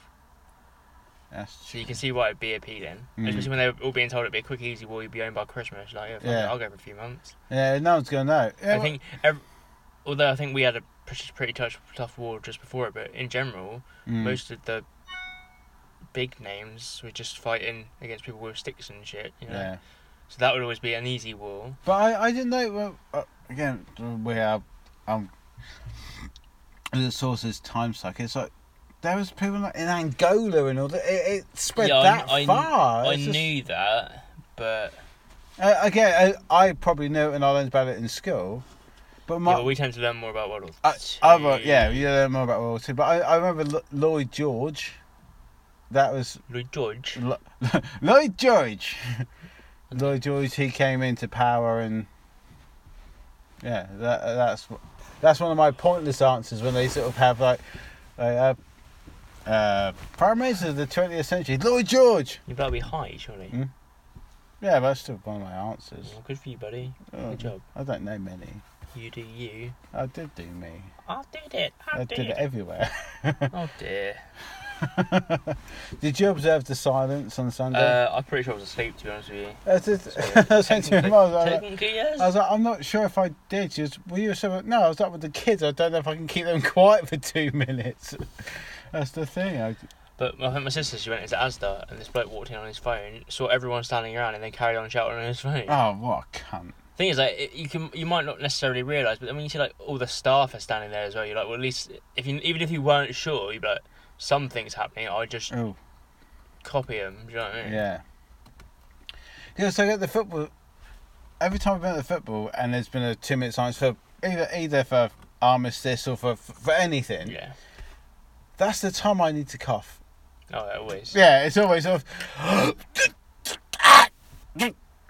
[SPEAKER 1] That's
[SPEAKER 5] So you can see why it'd be appealing,
[SPEAKER 1] Mm.
[SPEAKER 5] especially when they were all being told it'd be a quick, easy war. You'd be home by Christmas. Like, yeah, fuck
[SPEAKER 1] Yeah.
[SPEAKER 5] it, I'll go for a few months.
[SPEAKER 1] Yeah, no one's gonna know. Yeah,
[SPEAKER 5] I think, ev although I think we had a pretty, pretty tough, tough war just before it, but in general,
[SPEAKER 1] mm,
[SPEAKER 5] most of the big names were just fighting against people with sticks and shit. You know?
[SPEAKER 1] Yeah,
[SPEAKER 5] So that would always be an easy war.
[SPEAKER 1] but I, I didn't know. Well, uh, again, we are. Um, the source is time suck. It's like there was people like in Angola and all that. It, it spread
[SPEAKER 5] yeah,
[SPEAKER 1] that
[SPEAKER 5] I, I,
[SPEAKER 1] far.
[SPEAKER 5] I
[SPEAKER 1] It's just-
[SPEAKER 5] knew that, but
[SPEAKER 1] Uh, again, I, I probably knew it and I learned about it in school. But my,
[SPEAKER 5] yeah, we tend to learn more about World War
[SPEAKER 1] I,
[SPEAKER 5] Two.
[SPEAKER 1] Uh, I wrote- yeah, you learn more about World War Two, but I, I remember L- Lloyd George. That was
[SPEAKER 5] Lloyd George.
[SPEAKER 1] L- Lloyd George. Lloyd George. He came into power, and yeah, that that's that's one of my pointless answers when they sort of have like. Uh, uh, Prime Minister of the 20th century, Lloyd George.
[SPEAKER 5] You better be high, surely.
[SPEAKER 1] Mm. Yeah, that's still one of my answers.
[SPEAKER 5] Well, good for you, buddy.
[SPEAKER 1] Oh,
[SPEAKER 5] Good job.
[SPEAKER 1] I don't know many.
[SPEAKER 5] You do you.
[SPEAKER 1] I did do me.
[SPEAKER 5] I did it. I,
[SPEAKER 1] I
[SPEAKER 5] did,
[SPEAKER 1] did it everywhere.
[SPEAKER 5] Oh dear.
[SPEAKER 1] Did you observe the silence on Sunday?
[SPEAKER 5] Uh, I'm pretty sure I was asleep, to be honest with you.
[SPEAKER 1] That's it. I said to him, I was like,
[SPEAKER 5] Technically, yes.
[SPEAKER 1] uh, I was like, I'm not sure if I did. She was, were you sure? No, I was up with the kids. I don't know if I can keep them quiet for two minutes. That's the thing. I,
[SPEAKER 5] But I think my sister, she went into Asda, and this bloke walked in on his phone, saw everyone standing around, and then carried on shouting on his phone.
[SPEAKER 1] oh, what a cunt.
[SPEAKER 5] Thing is, like, it, you can you might not necessarily realise, but then when you see like all the staff are standing there as well, you're like, well, at least if you even if you weren't sure, you'd be like, something's happening. I just
[SPEAKER 1] Oh,
[SPEAKER 5] copy them. Do you know what I mean?
[SPEAKER 1] yeah. Yeah, so I get the football. Every time I've been at the football and there's been a two minute silence for either either for armistice or for for anything,
[SPEAKER 5] Yeah.
[SPEAKER 1] that's the time I need to cough.
[SPEAKER 5] Oh, yeah, always.
[SPEAKER 1] Yeah, it's always off.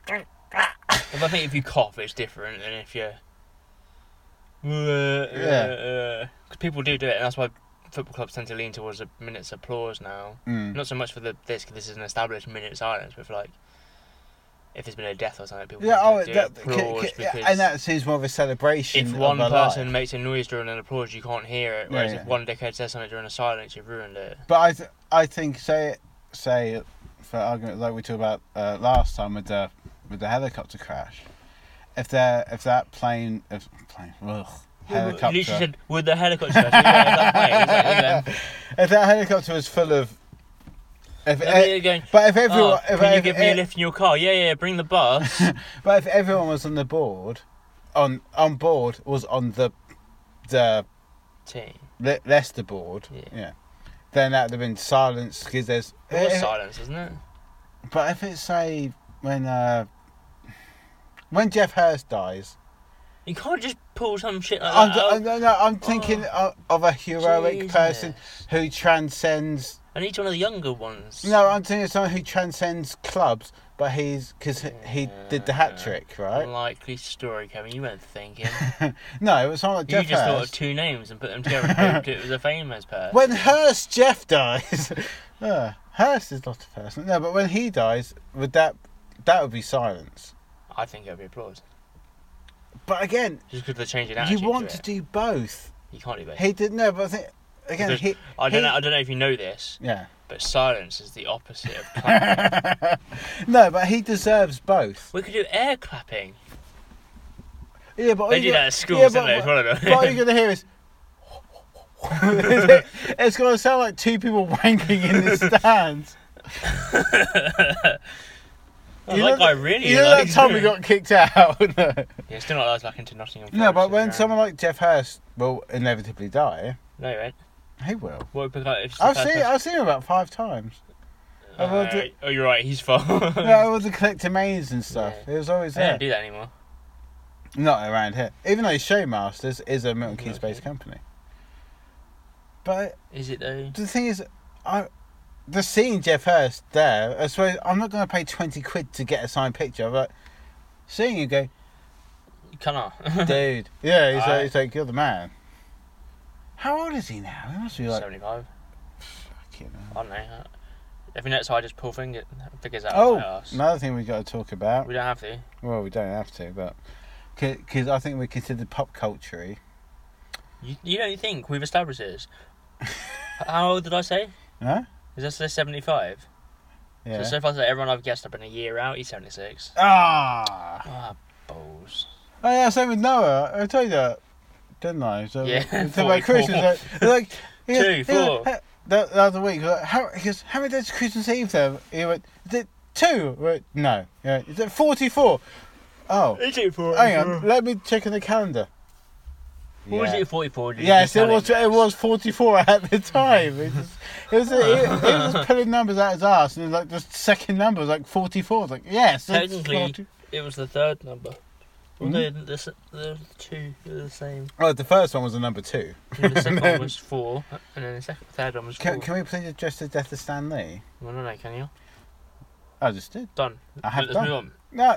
[SPEAKER 5] But I think if you cough, it's different than if you.
[SPEAKER 1] Yeah.
[SPEAKER 5] Because uh, people do do it, and that's why football clubs tend to lean towards a minute's applause now.
[SPEAKER 1] Mm.
[SPEAKER 5] Not so much for the this, 'cause this is an established minute silence, but for like, if there's been a death or something, people
[SPEAKER 1] Yeah,
[SPEAKER 5] tend
[SPEAKER 1] oh,
[SPEAKER 5] to do
[SPEAKER 1] that,
[SPEAKER 5] applause
[SPEAKER 1] c- c-
[SPEAKER 5] because
[SPEAKER 1] and that seems more of a celebration.
[SPEAKER 5] if
[SPEAKER 1] of
[SPEAKER 5] one
[SPEAKER 1] a
[SPEAKER 5] person
[SPEAKER 1] life.
[SPEAKER 5] makes a noise during an applause, you can't hear it. Whereas
[SPEAKER 1] yeah.
[SPEAKER 5] if one dickhead says something during a silence, you've ruined it.
[SPEAKER 1] but I, th- I think say, say, for argument like we talked about uh, last time with the with the helicopter crash, if there if that plane if plane ugh,
[SPEAKER 5] You
[SPEAKER 1] helicopter
[SPEAKER 5] literally said, "Would the helicopter?" crash?" Yeah, that way, exactly, then.
[SPEAKER 1] if that helicopter was full of if, e-,
[SPEAKER 5] And they're going,
[SPEAKER 1] but if everyone
[SPEAKER 5] "Oh,
[SPEAKER 1] if,
[SPEAKER 5] can you
[SPEAKER 1] if-
[SPEAKER 5] give me a
[SPEAKER 1] if-
[SPEAKER 5] lift in your car? Yeah, yeah, bring the bus.
[SPEAKER 1] But if everyone was on the board, on on board was on the the
[SPEAKER 5] Team.
[SPEAKER 1] Le- Leicester board,
[SPEAKER 5] Yeah.
[SPEAKER 1] yeah. then that would have been silence because there's.
[SPEAKER 5] It was
[SPEAKER 1] eh,
[SPEAKER 5] silence, isn't it?
[SPEAKER 1] But if it's say when uh when Jeff Hurst dies,
[SPEAKER 5] You can't just pull some shit like
[SPEAKER 1] I'm,
[SPEAKER 5] that. out.
[SPEAKER 1] I'm, no, no, I'm thinking
[SPEAKER 5] oh.
[SPEAKER 1] of, of a heroic person who transcends.
[SPEAKER 5] I need one of the younger ones.
[SPEAKER 1] No, I'm thinking of someone who transcends clubs, but he's because he, he did the hat trick, right?
[SPEAKER 5] Unlikely story, Kevin. You weren't thinking.
[SPEAKER 1] No, it was someone like
[SPEAKER 5] you
[SPEAKER 1] Jeff
[SPEAKER 5] just thought of
[SPEAKER 1] Hurst.
[SPEAKER 5] two names and put them together and hoped it was a famous person.
[SPEAKER 1] When Hurst Jeff dies, uh, Hurst is not a person. No, but when he dies, would that that would be silence?
[SPEAKER 5] I think it would be applause.
[SPEAKER 1] But again,
[SPEAKER 5] Just because they're changing
[SPEAKER 1] you
[SPEAKER 5] attitude.
[SPEAKER 1] want to
[SPEAKER 5] it.
[SPEAKER 1] do both.
[SPEAKER 5] You can't do both.
[SPEAKER 1] He did no, but I think again
[SPEAKER 5] There's-
[SPEAKER 1] he.
[SPEAKER 5] I
[SPEAKER 1] he-
[SPEAKER 5] don't know. I don't know if you know this,
[SPEAKER 1] Yeah.
[SPEAKER 5] but silence is the opposite of clapping.
[SPEAKER 1] No, but he deserves both.
[SPEAKER 5] we could do air clapping.
[SPEAKER 1] Yeah, but
[SPEAKER 5] They
[SPEAKER 1] all
[SPEAKER 5] do
[SPEAKER 1] you-
[SPEAKER 5] that at schools,
[SPEAKER 1] yeah,
[SPEAKER 5] don't they? It's one of them.
[SPEAKER 1] but all you're gonna hear is. it's gonna sound like two people wanking in the stands.
[SPEAKER 5] Oh, that guy really
[SPEAKER 1] You know that
[SPEAKER 5] likes
[SPEAKER 1] time we
[SPEAKER 5] it.
[SPEAKER 1] got kicked out. no,
[SPEAKER 5] Yeah, still not allowed back into Nottingham.
[SPEAKER 1] no,
[SPEAKER 5] Forest,
[SPEAKER 1] but
[SPEAKER 5] is
[SPEAKER 1] when
[SPEAKER 5] it?
[SPEAKER 1] someone like Jeff Hurst will inevitably die,
[SPEAKER 5] no, right?
[SPEAKER 1] he will.
[SPEAKER 5] What if we got- if it's the
[SPEAKER 1] I've
[SPEAKER 5] first
[SPEAKER 1] seen
[SPEAKER 5] person-
[SPEAKER 1] I've seen him about five times. I've
[SPEAKER 5] Alright.
[SPEAKER 1] heard it-
[SPEAKER 5] Oh, you're right. He's far.
[SPEAKER 1] Yeah, all the collectomanies and stuff.
[SPEAKER 5] Yeah.
[SPEAKER 1] It was always
[SPEAKER 5] They
[SPEAKER 1] there.
[SPEAKER 5] don't do that anymore.
[SPEAKER 1] Not around here. Even though Showmasters is a Milton Keynes based company. But
[SPEAKER 5] Is it though?
[SPEAKER 1] the thing is, I the seeing Jeff Hurst there, I suppose I'm not going to pay twenty quid to get a signed picture, but seeing you go,
[SPEAKER 5] Can I?
[SPEAKER 1] dude, yeah, he's, like,
[SPEAKER 5] Aye.
[SPEAKER 1] he's like you're the man. How old is he now? He must be like,
[SPEAKER 5] Seventy-five.
[SPEAKER 1] fucking hell.
[SPEAKER 5] I don't know. Uh, Every next time I just pull finger, figures out of my
[SPEAKER 1] oh,
[SPEAKER 5] ass.
[SPEAKER 1] another thing we've got to talk about.
[SPEAKER 5] We don't have to.
[SPEAKER 1] Well, we don't have to, but because I think we're considered pop culture
[SPEAKER 5] You, you don't think we've established this? How old did I say?
[SPEAKER 1] Huh?
[SPEAKER 5] Is this the seventy-five?
[SPEAKER 1] Yeah.
[SPEAKER 5] So so far, so everyone I've guessed up in a year out, he's seventy-six.
[SPEAKER 1] ah.
[SPEAKER 5] Ah, balls.
[SPEAKER 1] Oh yeah, same with Noah. I told you that, didn't I? So,
[SPEAKER 5] Yeah,
[SPEAKER 1] So about
[SPEAKER 5] 44.
[SPEAKER 1] Christmas, like, they're like he goes-
[SPEAKER 5] Two,
[SPEAKER 1] he goes,
[SPEAKER 5] four.
[SPEAKER 1] "How- the, the other week, like, how he goes, how many days is Christmas Eve there? He went, is it two? I went, no, he went, is it forty-four? Oh,
[SPEAKER 5] Forty-four.
[SPEAKER 1] hang on,
[SPEAKER 5] Mm-hmm.
[SPEAKER 1] let me check in the calendar.
[SPEAKER 5] What was
[SPEAKER 1] Yeah.
[SPEAKER 5] it? Forty-four. Did you
[SPEAKER 1] Yes,
[SPEAKER 5] just
[SPEAKER 1] it
[SPEAKER 5] tell
[SPEAKER 1] was.
[SPEAKER 5] him?
[SPEAKER 1] It was forty-four at the time. It was. It was. It, it, was just pulling numbers out his ass, and like the second number was like forty-four. I was like, yes, it's
[SPEAKER 5] Technically,
[SPEAKER 1] 40.
[SPEAKER 5] It was the third number.
[SPEAKER 1] Hmm?
[SPEAKER 5] Well, no, the, s- the two were the same.
[SPEAKER 1] Oh, the first one was the number two.
[SPEAKER 5] And the second one was four, and then the second, third one was
[SPEAKER 1] Can,
[SPEAKER 5] four.
[SPEAKER 1] can we please address the death of Stan Lee?
[SPEAKER 5] Well, no, no, can you?
[SPEAKER 1] I just did.
[SPEAKER 5] Done.
[SPEAKER 1] I have
[SPEAKER 5] Let's
[SPEAKER 1] done.
[SPEAKER 5] move on.
[SPEAKER 1] No.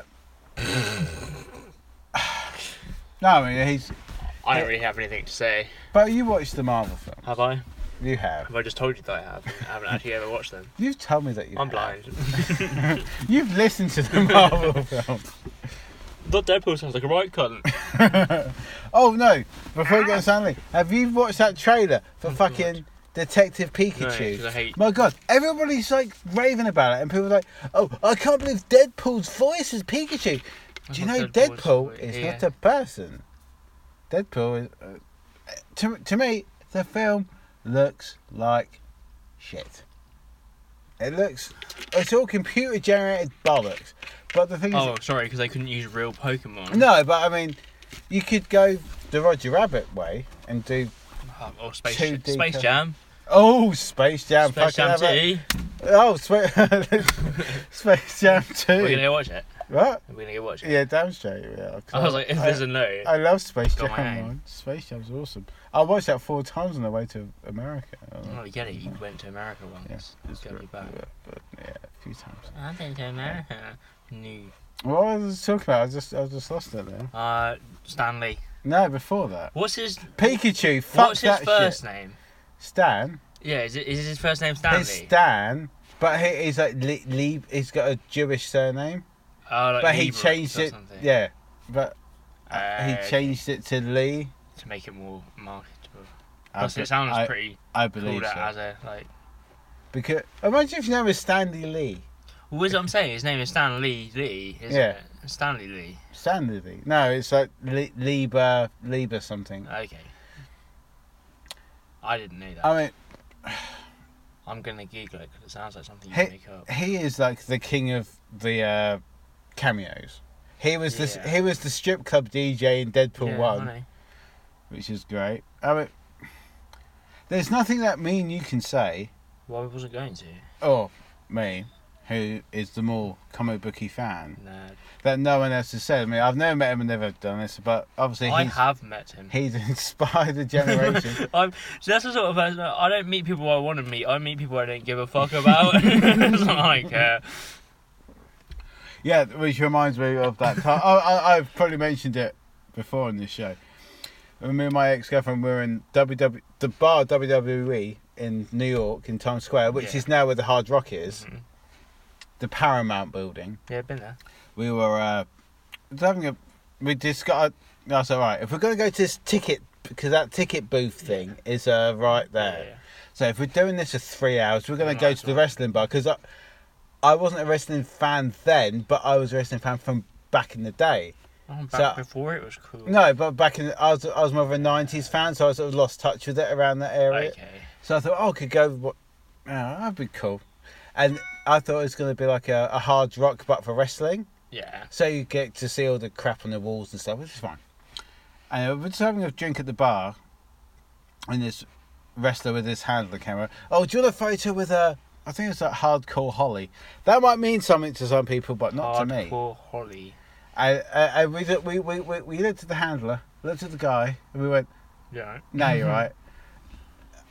[SPEAKER 1] no, I mean he's.
[SPEAKER 5] I don't really have anything to say.
[SPEAKER 1] But you watched the Marvel film.
[SPEAKER 5] Eh. Have I?
[SPEAKER 1] You have.
[SPEAKER 5] Have I just told you that I have? I haven't actually ever watched them.
[SPEAKER 1] You've told me that you.
[SPEAKER 5] I'm
[SPEAKER 1] have.
[SPEAKER 5] blind.
[SPEAKER 1] You've listened to the Marvel film.
[SPEAKER 5] That Deadpool sounds like a right cunt.
[SPEAKER 1] Oh no! Before we go to Stanley, have you watched that trailer for fucking Detective
[SPEAKER 5] Oh, No,
[SPEAKER 1] Pikachu?
[SPEAKER 5] 'cause I hate.
[SPEAKER 1] My God, everybody's like raving about it, and people are like, "Oh, I can't believe Deadpool's voice is Pikachu." Do you
[SPEAKER 5] thought
[SPEAKER 1] know
[SPEAKER 5] Deadpool's
[SPEAKER 1] Deadpool
[SPEAKER 5] voice-
[SPEAKER 1] is
[SPEAKER 5] yeah.
[SPEAKER 1] not a person? Deadpool is. Uh, to to me, the film looks like shit. It looks. It's all computer generated bollocks. But the thing is,
[SPEAKER 5] Oh, sorry, because I couldn't use real Pokemon.
[SPEAKER 1] no. But I mean, you could go the Roger Rabbit way and do
[SPEAKER 5] Oh, oh, Space,
[SPEAKER 1] Too
[SPEAKER 5] Jam. Space
[SPEAKER 1] deep.
[SPEAKER 5] Jam.
[SPEAKER 1] Oh, Space Jam.
[SPEAKER 5] Space
[SPEAKER 1] fucking have
[SPEAKER 5] Jam
[SPEAKER 1] it.
[SPEAKER 5] 2.
[SPEAKER 1] Oh, Space, Space Jam 2.
[SPEAKER 5] We're going to go watch it.
[SPEAKER 1] What?
[SPEAKER 5] We're going to go watch it.
[SPEAKER 1] Yeah, damn straight. Yeah, 'cause
[SPEAKER 5] I was like, if there's a no.
[SPEAKER 1] I love Space
[SPEAKER 5] Got
[SPEAKER 1] Jam.
[SPEAKER 5] my name.
[SPEAKER 1] Man. Space Jam's awesome. I watched that four times on the way to America.
[SPEAKER 5] Oh, you get it. You went to America
[SPEAKER 1] Yeah,
[SPEAKER 5] once.
[SPEAKER 1] it's
[SPEAKER 5] It's got to be
[SPEAKER 1] great.
[SPEAKER 5] back.
[SPEAKER 1] Yeah, but, yeah, a few times.
[SPEAKER 5] I've been to America. New.
[SPEAKER 1] What was I talking about? I just, I just lost it there.
[SPEAKER 5] Uh, Stanley.
[SPEAKER 1] No, before that,
[SPEAKER 5] What's his
[SPEAKER 1] Pikachu. Fuck
[SPEAKER 5] What's his
[SPEAKER 1] that
[SPEAKER 5] first
[SPEAKER 1] shit.
[SPEAKER 5] name?
[SPEAKER 1] Stan.
[SPEAKER 5] Yeah, is, it, is his first name
[SPEAKER 1] It's
[SPEAKER 5] Stanley?
[SPEAKER 1] Stan, but he, he's like, Lee, Lee, he's got a Jewish surname,
[SPEAKER 5] Oh, like
[SPEAKER 1] but he
[SPEAKER 5] Lieberich
[SPEAKER 1] changed
[SPEAKER 5] or
[SPEAKER 1] it.
[SPEAKER 5] something.
[SPEAKER 1] Yeah, but
[SPEAKER 5] Uh,
[SPEAKER 1] he changed it to Lee.
[SPEAKER 5] to make it more marketable.
[SPEAKER 1] I
[SPEAKER 5] Plus,
[SPEAKER 1] be-
[SPEAKER 5] it sounds
[SPEAKER 1] I,
[SPEAKER 5] pretty
[SPEAKER 1] I
[SPEAKER 5] cool
[SPEAKER 1] believe
[SPEAKER 5] that
[SPEAKER 1] so.
[SPEAKER 5] as a like.
[SPEAKER 1] Because imagine if your name was Stanley Lee.
[SPEAKER 5] Well, is what I'm saying. His name is Stan Lee Lee, isn't
[SPEAKER 1] Yeah.
[SPEAKER 5] it? Stanley Lee.
[SPEAKER 1] Stanley Lee. No, it's like Le- Lieber, Lieber something.
[SPEAKER 5] Okay. I didn't know that.
[SPEAKER 1] I
[SPEAKER 5] I'm gonna Google it because it sounds like something you
[SPEAKER 1] Hey-
[SPEAKER 5] make up.
[SPEAKER 1] mean, he is like the king of the uh, cameos. He was this.
[SPEAKER 5] Yeah.
[SPEAKER 1] He was the strip club DJ in Deadpool
[SPEAKER 5] Yeah, I
[SPEAKER 1] One,
[SPEAKER 5] know.
[SPEAKER 1] which is great. I mean, there's nothing that me and you can say,
[SPEAKER 5] Well, I wasn't going to.
[SPEAKER 1] or Oh, me, who is the more comic booky fan,
[SPEAKER 5] No.
[SPEAKER 1] that no one else has said. I mean, I've never met him and never done this, but obviously
[SPEAKER 5] I
[SPEAKER 1] he's
[SPEAKER 5] have met him.
[SPEAKER 1] he's inspired a generation.
[SPEAKER 5] I'm, so that's the sort of person I don't meet people I want to meet. I meet people I don't give a fuck about. it's not like uh,
[SPEAKER 1] Yeah, which reminds me of that time. I, I, I've probably mentioned it before on this show. When me and my ex girlfriend were in WW, the bar WWE E in New York in Times Square, which
[SPEAKER 5] Yeah. Mm-hmm.
[SPEAKER 1] is now where the Hard Rock is, the Paramount building.
[SPEAKER 5] yeah, been there.
[SPEAKER 1] We were uh, having a. We just got. A, I said, right, if we're going to go to this ticket, because that ticket booth thing is uh, right there.
[SPEAKER 5] Yeah, yeah.
[SPEAKER 1] So if we're doing this for three hours, we're going to
[SPEAKER 5] No,
[SPEAKER 1] go
[SPEAKER 5] that's
[SPEAKER 1] to the
[SPEAKER 5] not-
[SPEAKER 1] wrestling bar because I, I wasn't a wrestling fan then, but I was a wrestling fan from back in the day.
[SPEAKER 5] Oh,
[SPEAKER 1] So-
[SPEAKER 5] back before it was cool.
[SPEAKER 1] No, but back in I was I was more of a '90s fan, so I sort of lost touch with it around that area.
[SPEAKER 5] Okay.
[SPEAKER 1] So I thought, oh, I could go. What? Oh, that'd be cool. And I thought it was going to be like a, a hard rock, but for wrestling.
[SPEAKER 5] Yeah.
[SPEAKER 1] So you get to see all the crap on the walls and stuff, which is fine. And we we're just having a drink at the bar, and this wrestler with his hand on the camera. Oh, do you want a photo with a? I think it's like hardcore Holly. That might mean something to some people, but not to me.
[SPEAKER 5] Hardcore Holly.
[SPEAKER 1] I, I, I we, looked- we, we, we, we looked at the handler, looked at the guy, and we went,
[SPEAKER 5] Yeah.
[SPEAKER 1] "No, you're
[SPEAKER 5] Mm-hmm.
[SPEAKER 1] right."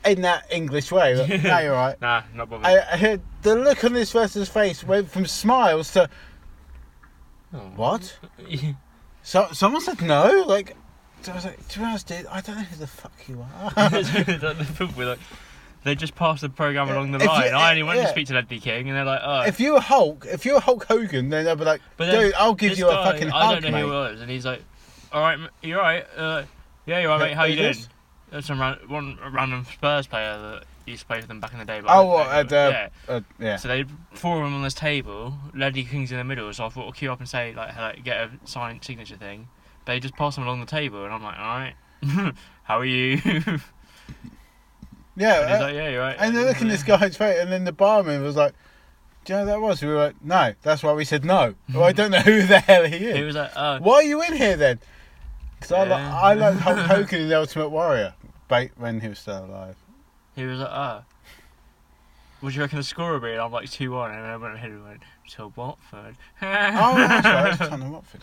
[SPEAKER 1] In that English way, like, "No, you're right."
[SPEAKER 5] Nah, not bothered.
[SPEAKER 1] I, I heard the look on this person's face went from smiles to
[SPEAKER 5] Oh.
[SPEAKER 1] what? So someone said no, like. So I was like, to be honest, dude, I don't know who the fuck you are.
[SPEAKER 5] We're like, they just passed the program along the
[SPEAKER 1] If you-
[SPEAKER 5] line. I only went
[SPEAKER 1] yeah.
[SPEAKER 5] to speak to Ledley King, and they're like, "Oh."
[SPEAKER 1] if you were Hulk, if you were Hulk Hogan, then they'd be like,
[SPEAKER 5] but then
[SPEAKER 1] dude, I'll give
[SPEAKER 5] this
[SPEAKER 1] you a
[SPEAKER 5] guy,
[SPEAKER 1] fucking
[SPEAKER 5] I
[SPEAKER 1] hug,
[SPEAKER 5] don't know who it
[SPEAKER 1] mate.
[SPEAKER 5] was, and he's like, "All right, m- you're right. Uh, yeah, you're right,
[SPEAKER 1] Who-
[SPEAKER 5] mate. How
[SPEAKER 1] who
[SPEAKER 5] you
[SPEAKER 1] is this?
[SPEAKER 5] doing?" That's some ran- one random Spurs player that used to play for them back in the day. But I
[SPEAKER 1] Oh,
[SPEAKER 5] don't
[SPEAKER 1] what?
[SPEAKER 5] know.
[SPEAKER 1] At, uh, yeah. Uh, yeah.
[SPEAKER 5] So they four of them on this table. Ledley King's in the middle, so I thought I'll queue up and say like, hello, get a signed signature thing. They just pass them along the table, and I'm like, all right, how are you? and he's
[SPEAKER 1] Yeah, uh,
[SPEAKER 5] like, yeah, you're right.
[SPEAKER 1] And they're looking at this guy's face, and then the barman was like, Do you know who that was? We were like, No, that's why we said no. Well, I don't know who the hell he
[SPEAKER 5] He
[SPEAKER 1] is.
[SPEAKER 5] was like, oh,
[SPEAKER 1] Why are you in here then? Because I, li-
[SPEAKER 5] Yeah.
[SPEAKER 1] I like Hulk Hogan in The Ultimate Warrior ba- when he was still alive.
[SPEAKER 5] he was like, oh. What do you reckon the score will be? And I'm like two one, and I went ahead and went to Watford.
[SPEAKER 1] Oh, that's right, it was Tottenham Watford.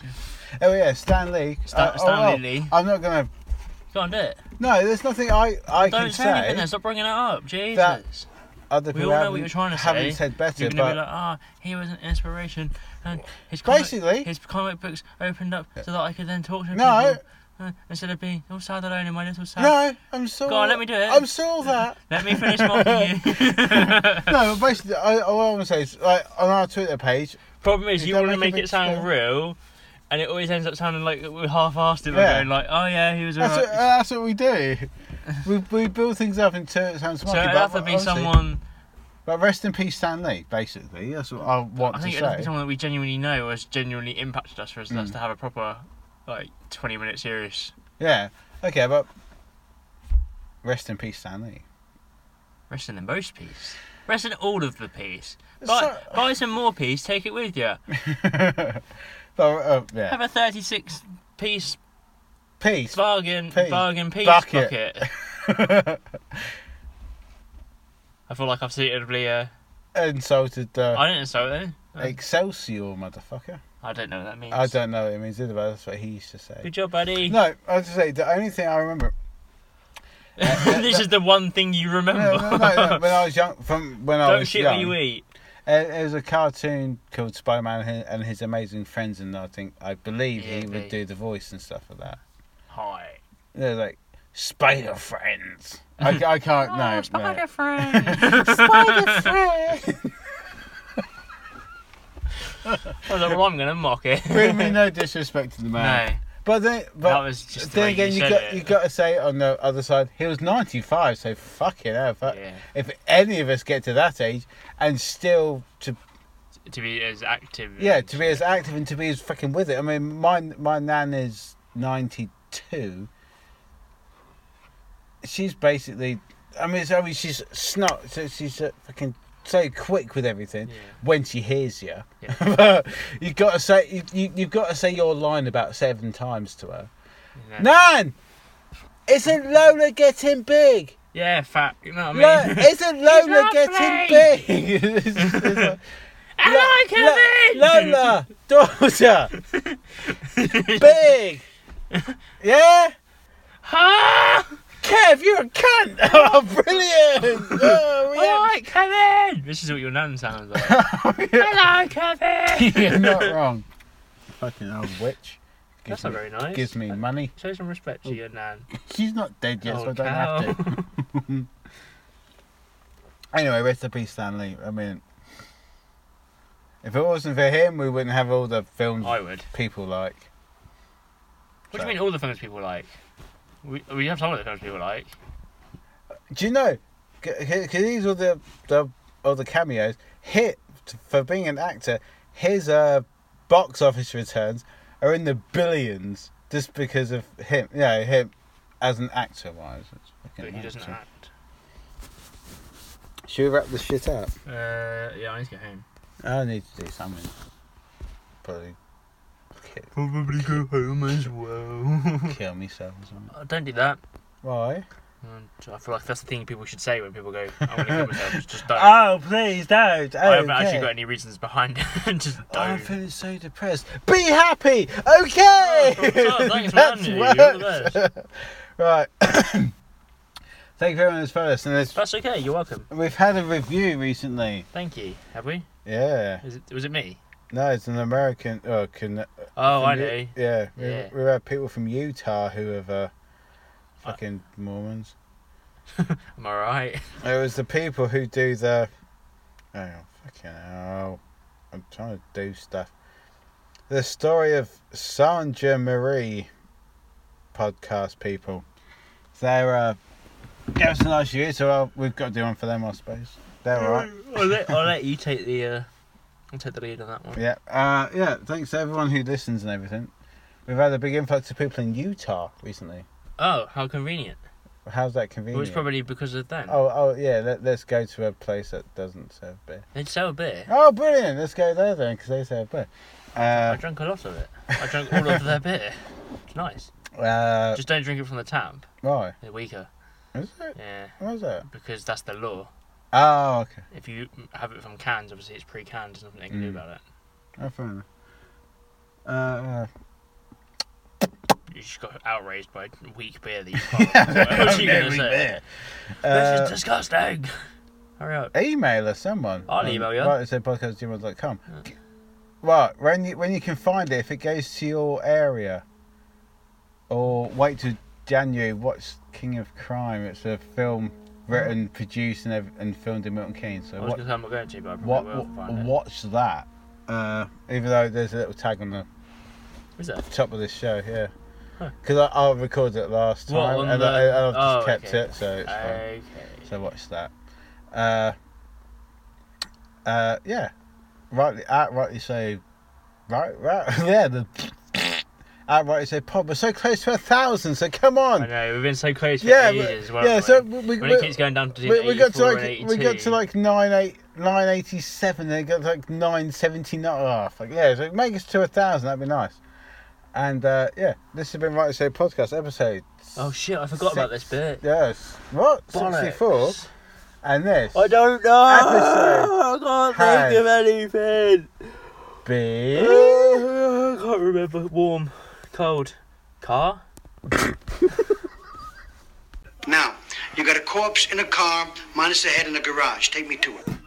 [SPEAKER 1] Oh, yeah, Stan Lee.
[SPEAKER 5] Stan-
[SPEAKER 1] oh,
[SPEAKER 5] Stanley
[SPEAKER 1] well,
[SPEAKER 5] Lee.
[SPEAKER 1] I'm not going to.
[SPEAKER 5] Go on, do it.
[SPEAKER 1] No, there's nothing I, I
[SPEAKER 5] Don't
[SPEAKER 1] can
[SPEAKER 5] say,
[SPEAKER 1] say.
[SPEAKER 5] anything. Then. Stop bringing it up, Jesus.
[SPEAKER 1] Other
[SPEAKER 5] We
[SPEAKER 1] people
[SPEAKER 5] all know
[SPEAKER 1] haven't-
[SPEAKER 5] what you're trying to
[SPEAKER 1] haven't
[SPEAKER 5] say.
[SPEAKER 1] said better,
[SPEAKER 5] You're gonna
[SPEAKER 1] but
[SPEAKER 5] be like, ah, he was an inspiration, and his comic,
[SPEAKER 1] Basically-
[SPEAKER 5] his comic books opened up so that I could then talk
[SPEAKER 1] No.
[SPEAKER 5] to people uh, instead of being all sad alone in my little sad.
[SPEAKER 1] no, I'm sorry.
[SPEAKER 5] "Ah." Go on, let me do it.
[SPEAKER 1] I'm sorry that.
[SPEAKER 5] Let me finish mocking you.
[SPEAKER 1] No, but basically, I, all I want to say is, like, on our Twitter page,
[SPEAKER 5] Problem is,
[SPEAKER 1] You
[SPEAKER 5] you,
[SPEAKER 1] don't
[SPEAKER 5] want to
[SPEAKER 1] make
[SPEAKER 5] make
[SPEAKER 1] a
[SPEAKER 5] it
[SPEAKER 1] big
[SPEAKER 5] sound
[SPEAKER 1] story.
[SPEAKER 5] real, and it always ends up sounding like we're half-assed and
[SPEAKER 1] Yeah.
[SPEAKER 5] yeah. going like, oh yeah, he was
[SPEAKER 1] That's,
[SPEAKER 5] alright.
[SPEAKER 1] what, that's what we do. We, we build things up until it sounds
[SPEAKER 5] so
[SPEAKER 1] smoky.
[SPEAKER 5] it'd
[SPEAKER 1] but
[SPEAKER 5] have to be
[SPEAKER 1] honestly-
[SPEAKER 5] someone.
[SPEAKER 1] But rest in peace, Stan Lee, basically. That's what I want
[SPEAKER 5] I think
[SPEAKER 1] to
[SPEAKER 5] it'd
[SPEAKER 1] say. Mm.
[SPEAKER 5] have to be someone that we genuinely know or has genuinely impacted us for us to have a proper, like, twenty-minute series.
[SPEAKER 1] Yeah. Okay, but rest in peace, Stan Lee.
[SPEAKER 5] Rest in the most peace. Rest in all of the peace. Buy,
[SPEAKER 1] So-
[SPEAKER 5] buy some more peace, take it with you.
[SPEAKER 1] but, uh, yeah.
[SPEAKER 5] Have a 36 piece
[SPEAKER 1] Peace.
[SPEAKER 5] bargain
[SPEAKER 1] Peace.
[SPEAKER 5] bargain peace
[SPEAKER 1] Bucket.
[SPEAKER 5] bucket. I feel like I've suitably. Uh,
[SPEAKER 1] Insulted uh,
[SPEAKER 5] I didn't insult them.
[SPEAKER 1] Excelsior, motherfucker.
[SPEAKER 5] I don't know what that means.
[SPEAKER 1] I don't know what it means either, but that's what he used to say.
[SPEAKER 5] Good job, buddy.
[SPEAKER 1] No, I was just say the only thing I remember
[SPEAKER 5] this is the one thing you remember.
[SPEAKER 1] no, no, no, no, when I was young, from when I
[SPEAKER 5] don't
[SPEAKER 1] was
[SPEAKER 5] shit
[SPEAKER 1] young,
[SPEAKER 5] what you eat.
[SPEAKER 1] Uh, It was a cartoon called Spider Man and, and his amazing friends, and I think I believe he
[SPEAKER 5] Yeah,
[SPEAKER 1] would
[SPEAKER 5] they-
[SPEAKER 1] do the voice and stuff like that.
[SPEAKER 5] Hi.
[SPEAKER 1] They're like Spider Friends. I, I can't
[SPEAKER 5] Oh,
[SPEAKER 1] no, no. Spider Friends.
[SPEAKER 5] I was like, well, I'm going to mock it.
[SPEAKER 1] Bring me no disrespect to the
[SPEAKER 5] no.
[SPEAKER 1] man. But then, but
[SPEAKER 5] That was just the
[SPEAKER 1] then
[SPEAKER 5] way
[SPEAKER 1] again,
[SPEAKER 5] you
[SPEAKER 1] you
[SPEAKER 5] said
[SPEAKER 1] got
[SPEAKER 5] it.
[SPEAKER 1] you got to say on the other side, he was ninety five, so fucking hell. If, I-
[SPEAKER 5] Yeah.
[SPEAKER 1] if any of us get to that age and still to
[SPEAKER 5] To be as active.
[SPEAKER 1] yeah,
[SPEAKER 5] and-
[SPEAKER 1] to be as active and to be as fucking with it. I mean, my my nan is ninety two. She's basically, I mean, it's, I mean, she's snot. So she's uh, fucking so quick with everything
[SPEAKER 5] Yeah.
[SPEAKER 1] when she hears you.
[SPEAKER 5] Yeah.
[SPEAKER 1] but you got to say you, you you've got to say your line about seven times to her.
[SPEAKER 5] Yeah.
[SPEAKER 1] Nan, isn't Lola getting big?
[SPEAKER 5] Yeah, fat. You know what I
[SPEAKER 1] Lo-
[SPEAKER 5] mean?
[SPEAKER 1] isn't Lola
[SPEAKER 5] lovely.
[SPEAKER 1] getting big? It's just- it's like-
[SPEAKER 5] Hello, Kevin!
[SPEAKER 1] Lola, daughter, big, yeah.
[SPEAKER 5] Ah!
[SPEAKER 1] Kev, you're a cunt. Oh, brilliant. Oh, yeah.
[SPEAKER 5] Alright, Kevin! This is what your nan sounds like. Hello, Kevin!
[SPEAKER 1] You're not wrong. Fucking old witch.
[SPEAKER 5] That's
[SPEAKER 1] Gives
[SPEAKER 5] not
[SPEAKER 1] me-
[SPEAKER 5] very nice.
[SPEAKER 1] Gives me money.
[SPEAKER 5] Show some respect to your nan.
[SPEAKER 1] She's not dead yet, so I
[SPEAKER 5] Old
[SPEAKER 1] don't have to.
[SPEAKER 5] Oh, cow.
[SPEAKER 1] Anyway, rest in peace, Stanley. I mean, if it wasn't for him, we wouldn't have all the films
[SPEAKER 5] I would.
[SPEAKER 1] people like.
[SPEAKER 5] What do you mean all the films people like? We, we have some of the films people like.
[SPEAKER 1] Do you know? Because these are the the all the cameos. Hit for being an actor. His uh, box office returns are in the billions just because of him. Yeah, him as an actor wise. It's fucking
[SPEAKER 5] But he doesn't
[SPEAKER 1] mental.
[SPEAKER 5] act.
[SPEAKER 1] Should we wrap this shit up?
[SPEAKER 5] Uh, yeah, I need to get home.
[SPEAKER 1] I need to do something. Probably kill,
[SPEAKER 5] Probably go home as well. Oh,
[SPEAKER 1] kill myself or something.
[SPEAKER 5] Don't do that.
[SPEAKER 1] Why?
[SPEAKER 5] Um, I feel like that's the thing people should say when people go, "I'm gonna kill myself." Just, just don't.
[SPEAKER 1] Oh, please don't.
[SPEAKER 5] I haven't actually
[SPEAKER 1] okay.
[SPEAKER 5] got any reasons behind it. just
[SPEAKER 1] Oh, I'm
[SPEAKER 5] don't.
[SPEAKER 1] feeling so depressed. Be happy, okay?
[SPEAKER 5] Oh, thanks, man. You're the
[SPEAKER 1] worked. right. Thank you very much for listening. It's-
[SPEAKER 5] That's okay. You're welcome.
[SPEAKER 1] We've had a review recently.
[SPEAKER 5] Thank you. Have we?
[SPEAKER 1] Yeah.
[SPEAKER 5] Is it, was it me?
[SPEAKER 1] No, it's an American. Oh, can,
[SPEAKER 5] Oh, I
[SPEAKER 1] from
[SPEAKER 5] know.
[SPEAKER 1] U- yeah, we,
[SPEAKER 5] Yeah.
[SPEAKER 1] we've had people from Utah who have uh, fucking Mormons.
[SPEAKER 5] I'm alright.
[SPEAKER 1] It was the people who do the. Oh, fucking hell. I'm trying to do stuff. The story of Sandra Marie podcast people. They're. Uh, give us a nice review, so I'll, we've got to do one for them, I suppose. They're alright.
[SPEAKER 5] I'll, let, I'll let you take the. Uh, I'll take the lead on that one.
[SPEAKER 1] Yeah, uh, yeah. Thanks to everyone who listens and everything. We've had a big influx of people in Utah recently.
[SPEAKER 5] Oh, how convenient.
[SPEAKER 1] How's that
[SPEAKER 5] Well,
[SPEAKER 1] convenient?
[SPEAKER 5] it's probably because of them.
[SPEAKER 1] Oh, oh, yeah. Let, let's go to a place that doesn't serve beer.
[SPEAKER 5] They sell beer.
[SPEAKER 1] Oh, brilliant! Let's go there then, because they serve beer.
[SPEAKER 5] I
[SPEAKER 1] Uh,
[SPEAKER 5] drank a lot of it. I drank all of their beer. It's nice.
[SPEAKER 1] uh,
[SPEAKER 5] Just don't drink it from the tap.
[SPEAKER 1] why?
[SPEAKER 5] They're weaker.
[SPEAKER 1] Is it?
[SPEAKER 5] Yeah,
[SPEAKER 1] Why's that?
[SPEAKER 5] because that's the law.
[SPEAKER 1] Oh, okay.
[SPEAKER 5] If you have it from cans, obviously it's pre-canned. There's nothing they can do
[SPEAKER 1] Mm.
[SPEAKER 5] about it.
[SPEAKER 1] Oh, fair enough. Uh, uh,
[SPEAKER 5] You just got outraged by weak beer that you can't. What are you gonna say? This is
[SPEAKER 1] Uh, eh,
[SPEAKER 5] disgusting. Hurry up.
[SPEAKER 1] email us someone. Um,
[SPEAKER 5] I'll email you.
[SPEAKER 1] Right, so podcast@gmail.com. Right, when you when you can find it, if it goes to your area, or wait till January. Watch King of Crime. It's a film written, produced, and, ev- and filmed in Milton Keynes. So
[SPEAKER 5] Hmm? I was
[SPEAKER 1] what,
[SPEAKER 5] gonna say I'm not going to, but I probably
[SPEAKER 1] what,
[SPEAKER 5] will
[SPEAKER 1] what,
[SPEAKER 5] find
[SPEAKER 1] watch that. Uh, even though there's a little tag on the
[SPEAKER 5] it. Is that?
[SPEAKER 1] top of this show, yeah.
[SPEAKER 5] Huh.
[SPEAKER 1] Because I, I recorded it last
[SPEAKER 5] What,
[SPEAKER 1] time
[SPEAKER 5] on
[SPEAKER 1] and
[SPEAKER 5] the-
[SPEAKER 1] I, and I've
[SPEAKER 5] oh,
[SPEAKER 1] just kept
[SPEAKER 5] okay.
[SPEAKER 1] it, so it's fine.
[SPEAKER 5] Okay.
[SPEAKER 1] So watch that. Uh, uh, yeah, rightly, outrightly so, right, right, yeah, the outrightly so pod. We're so close to a thousand, so come
[SPEAKER 5] I
[SPEAKER 1] on.
[SPEAKER 5] know we've been so close for
[SPEAKER 1] Yeah,
[SPEAKER 5] ages.
[SPEAKER 1] we-
[SPEAKER 5] well,
[SPEAKER 1] yeah.
[SPEAKER 5] haven't
[SPEAKER 1] So
[SPEAKER 5] we,
[SPEAKER 1] we, we,
[SPEAKER 5] when it keeps going down to
[SPEAKER 1] we, we got to
[SPEAKER 5] 84 and
[SPEAKER 1] like we got
[SPEAKER 5] 82.
[SPEAKER 1] to like nine eight nine eighty seven. They got to like nine seventy nine. Oh, fuck yeah! So make us to a thousand. That'd be nice. And uh, yeah, this has been Rightly So podcast episode.
[SPEAKER 5] Oh shit! I forgot about this
[SPEAKER 1] six-
[SPEAKER 5] bit.
[SPEAKER 1] Yes. What? Sixty four.
[SPEAKER 5] Bollocks.
[SPEAKER 1] And this.
[SPEAKER 5] don't know.
[SPEAKER 1] Episode
[SPEAKER 5] I
[SPEAKER 1] has-
[SPEAKER 5] anything.
[SPEAKER 1] be.
[SPEAKER 5] I can't remember. Warm, cold, car.
[SPEAKER 4] Now, you got a corpse in a car, minus a head in a garage. Take me to it.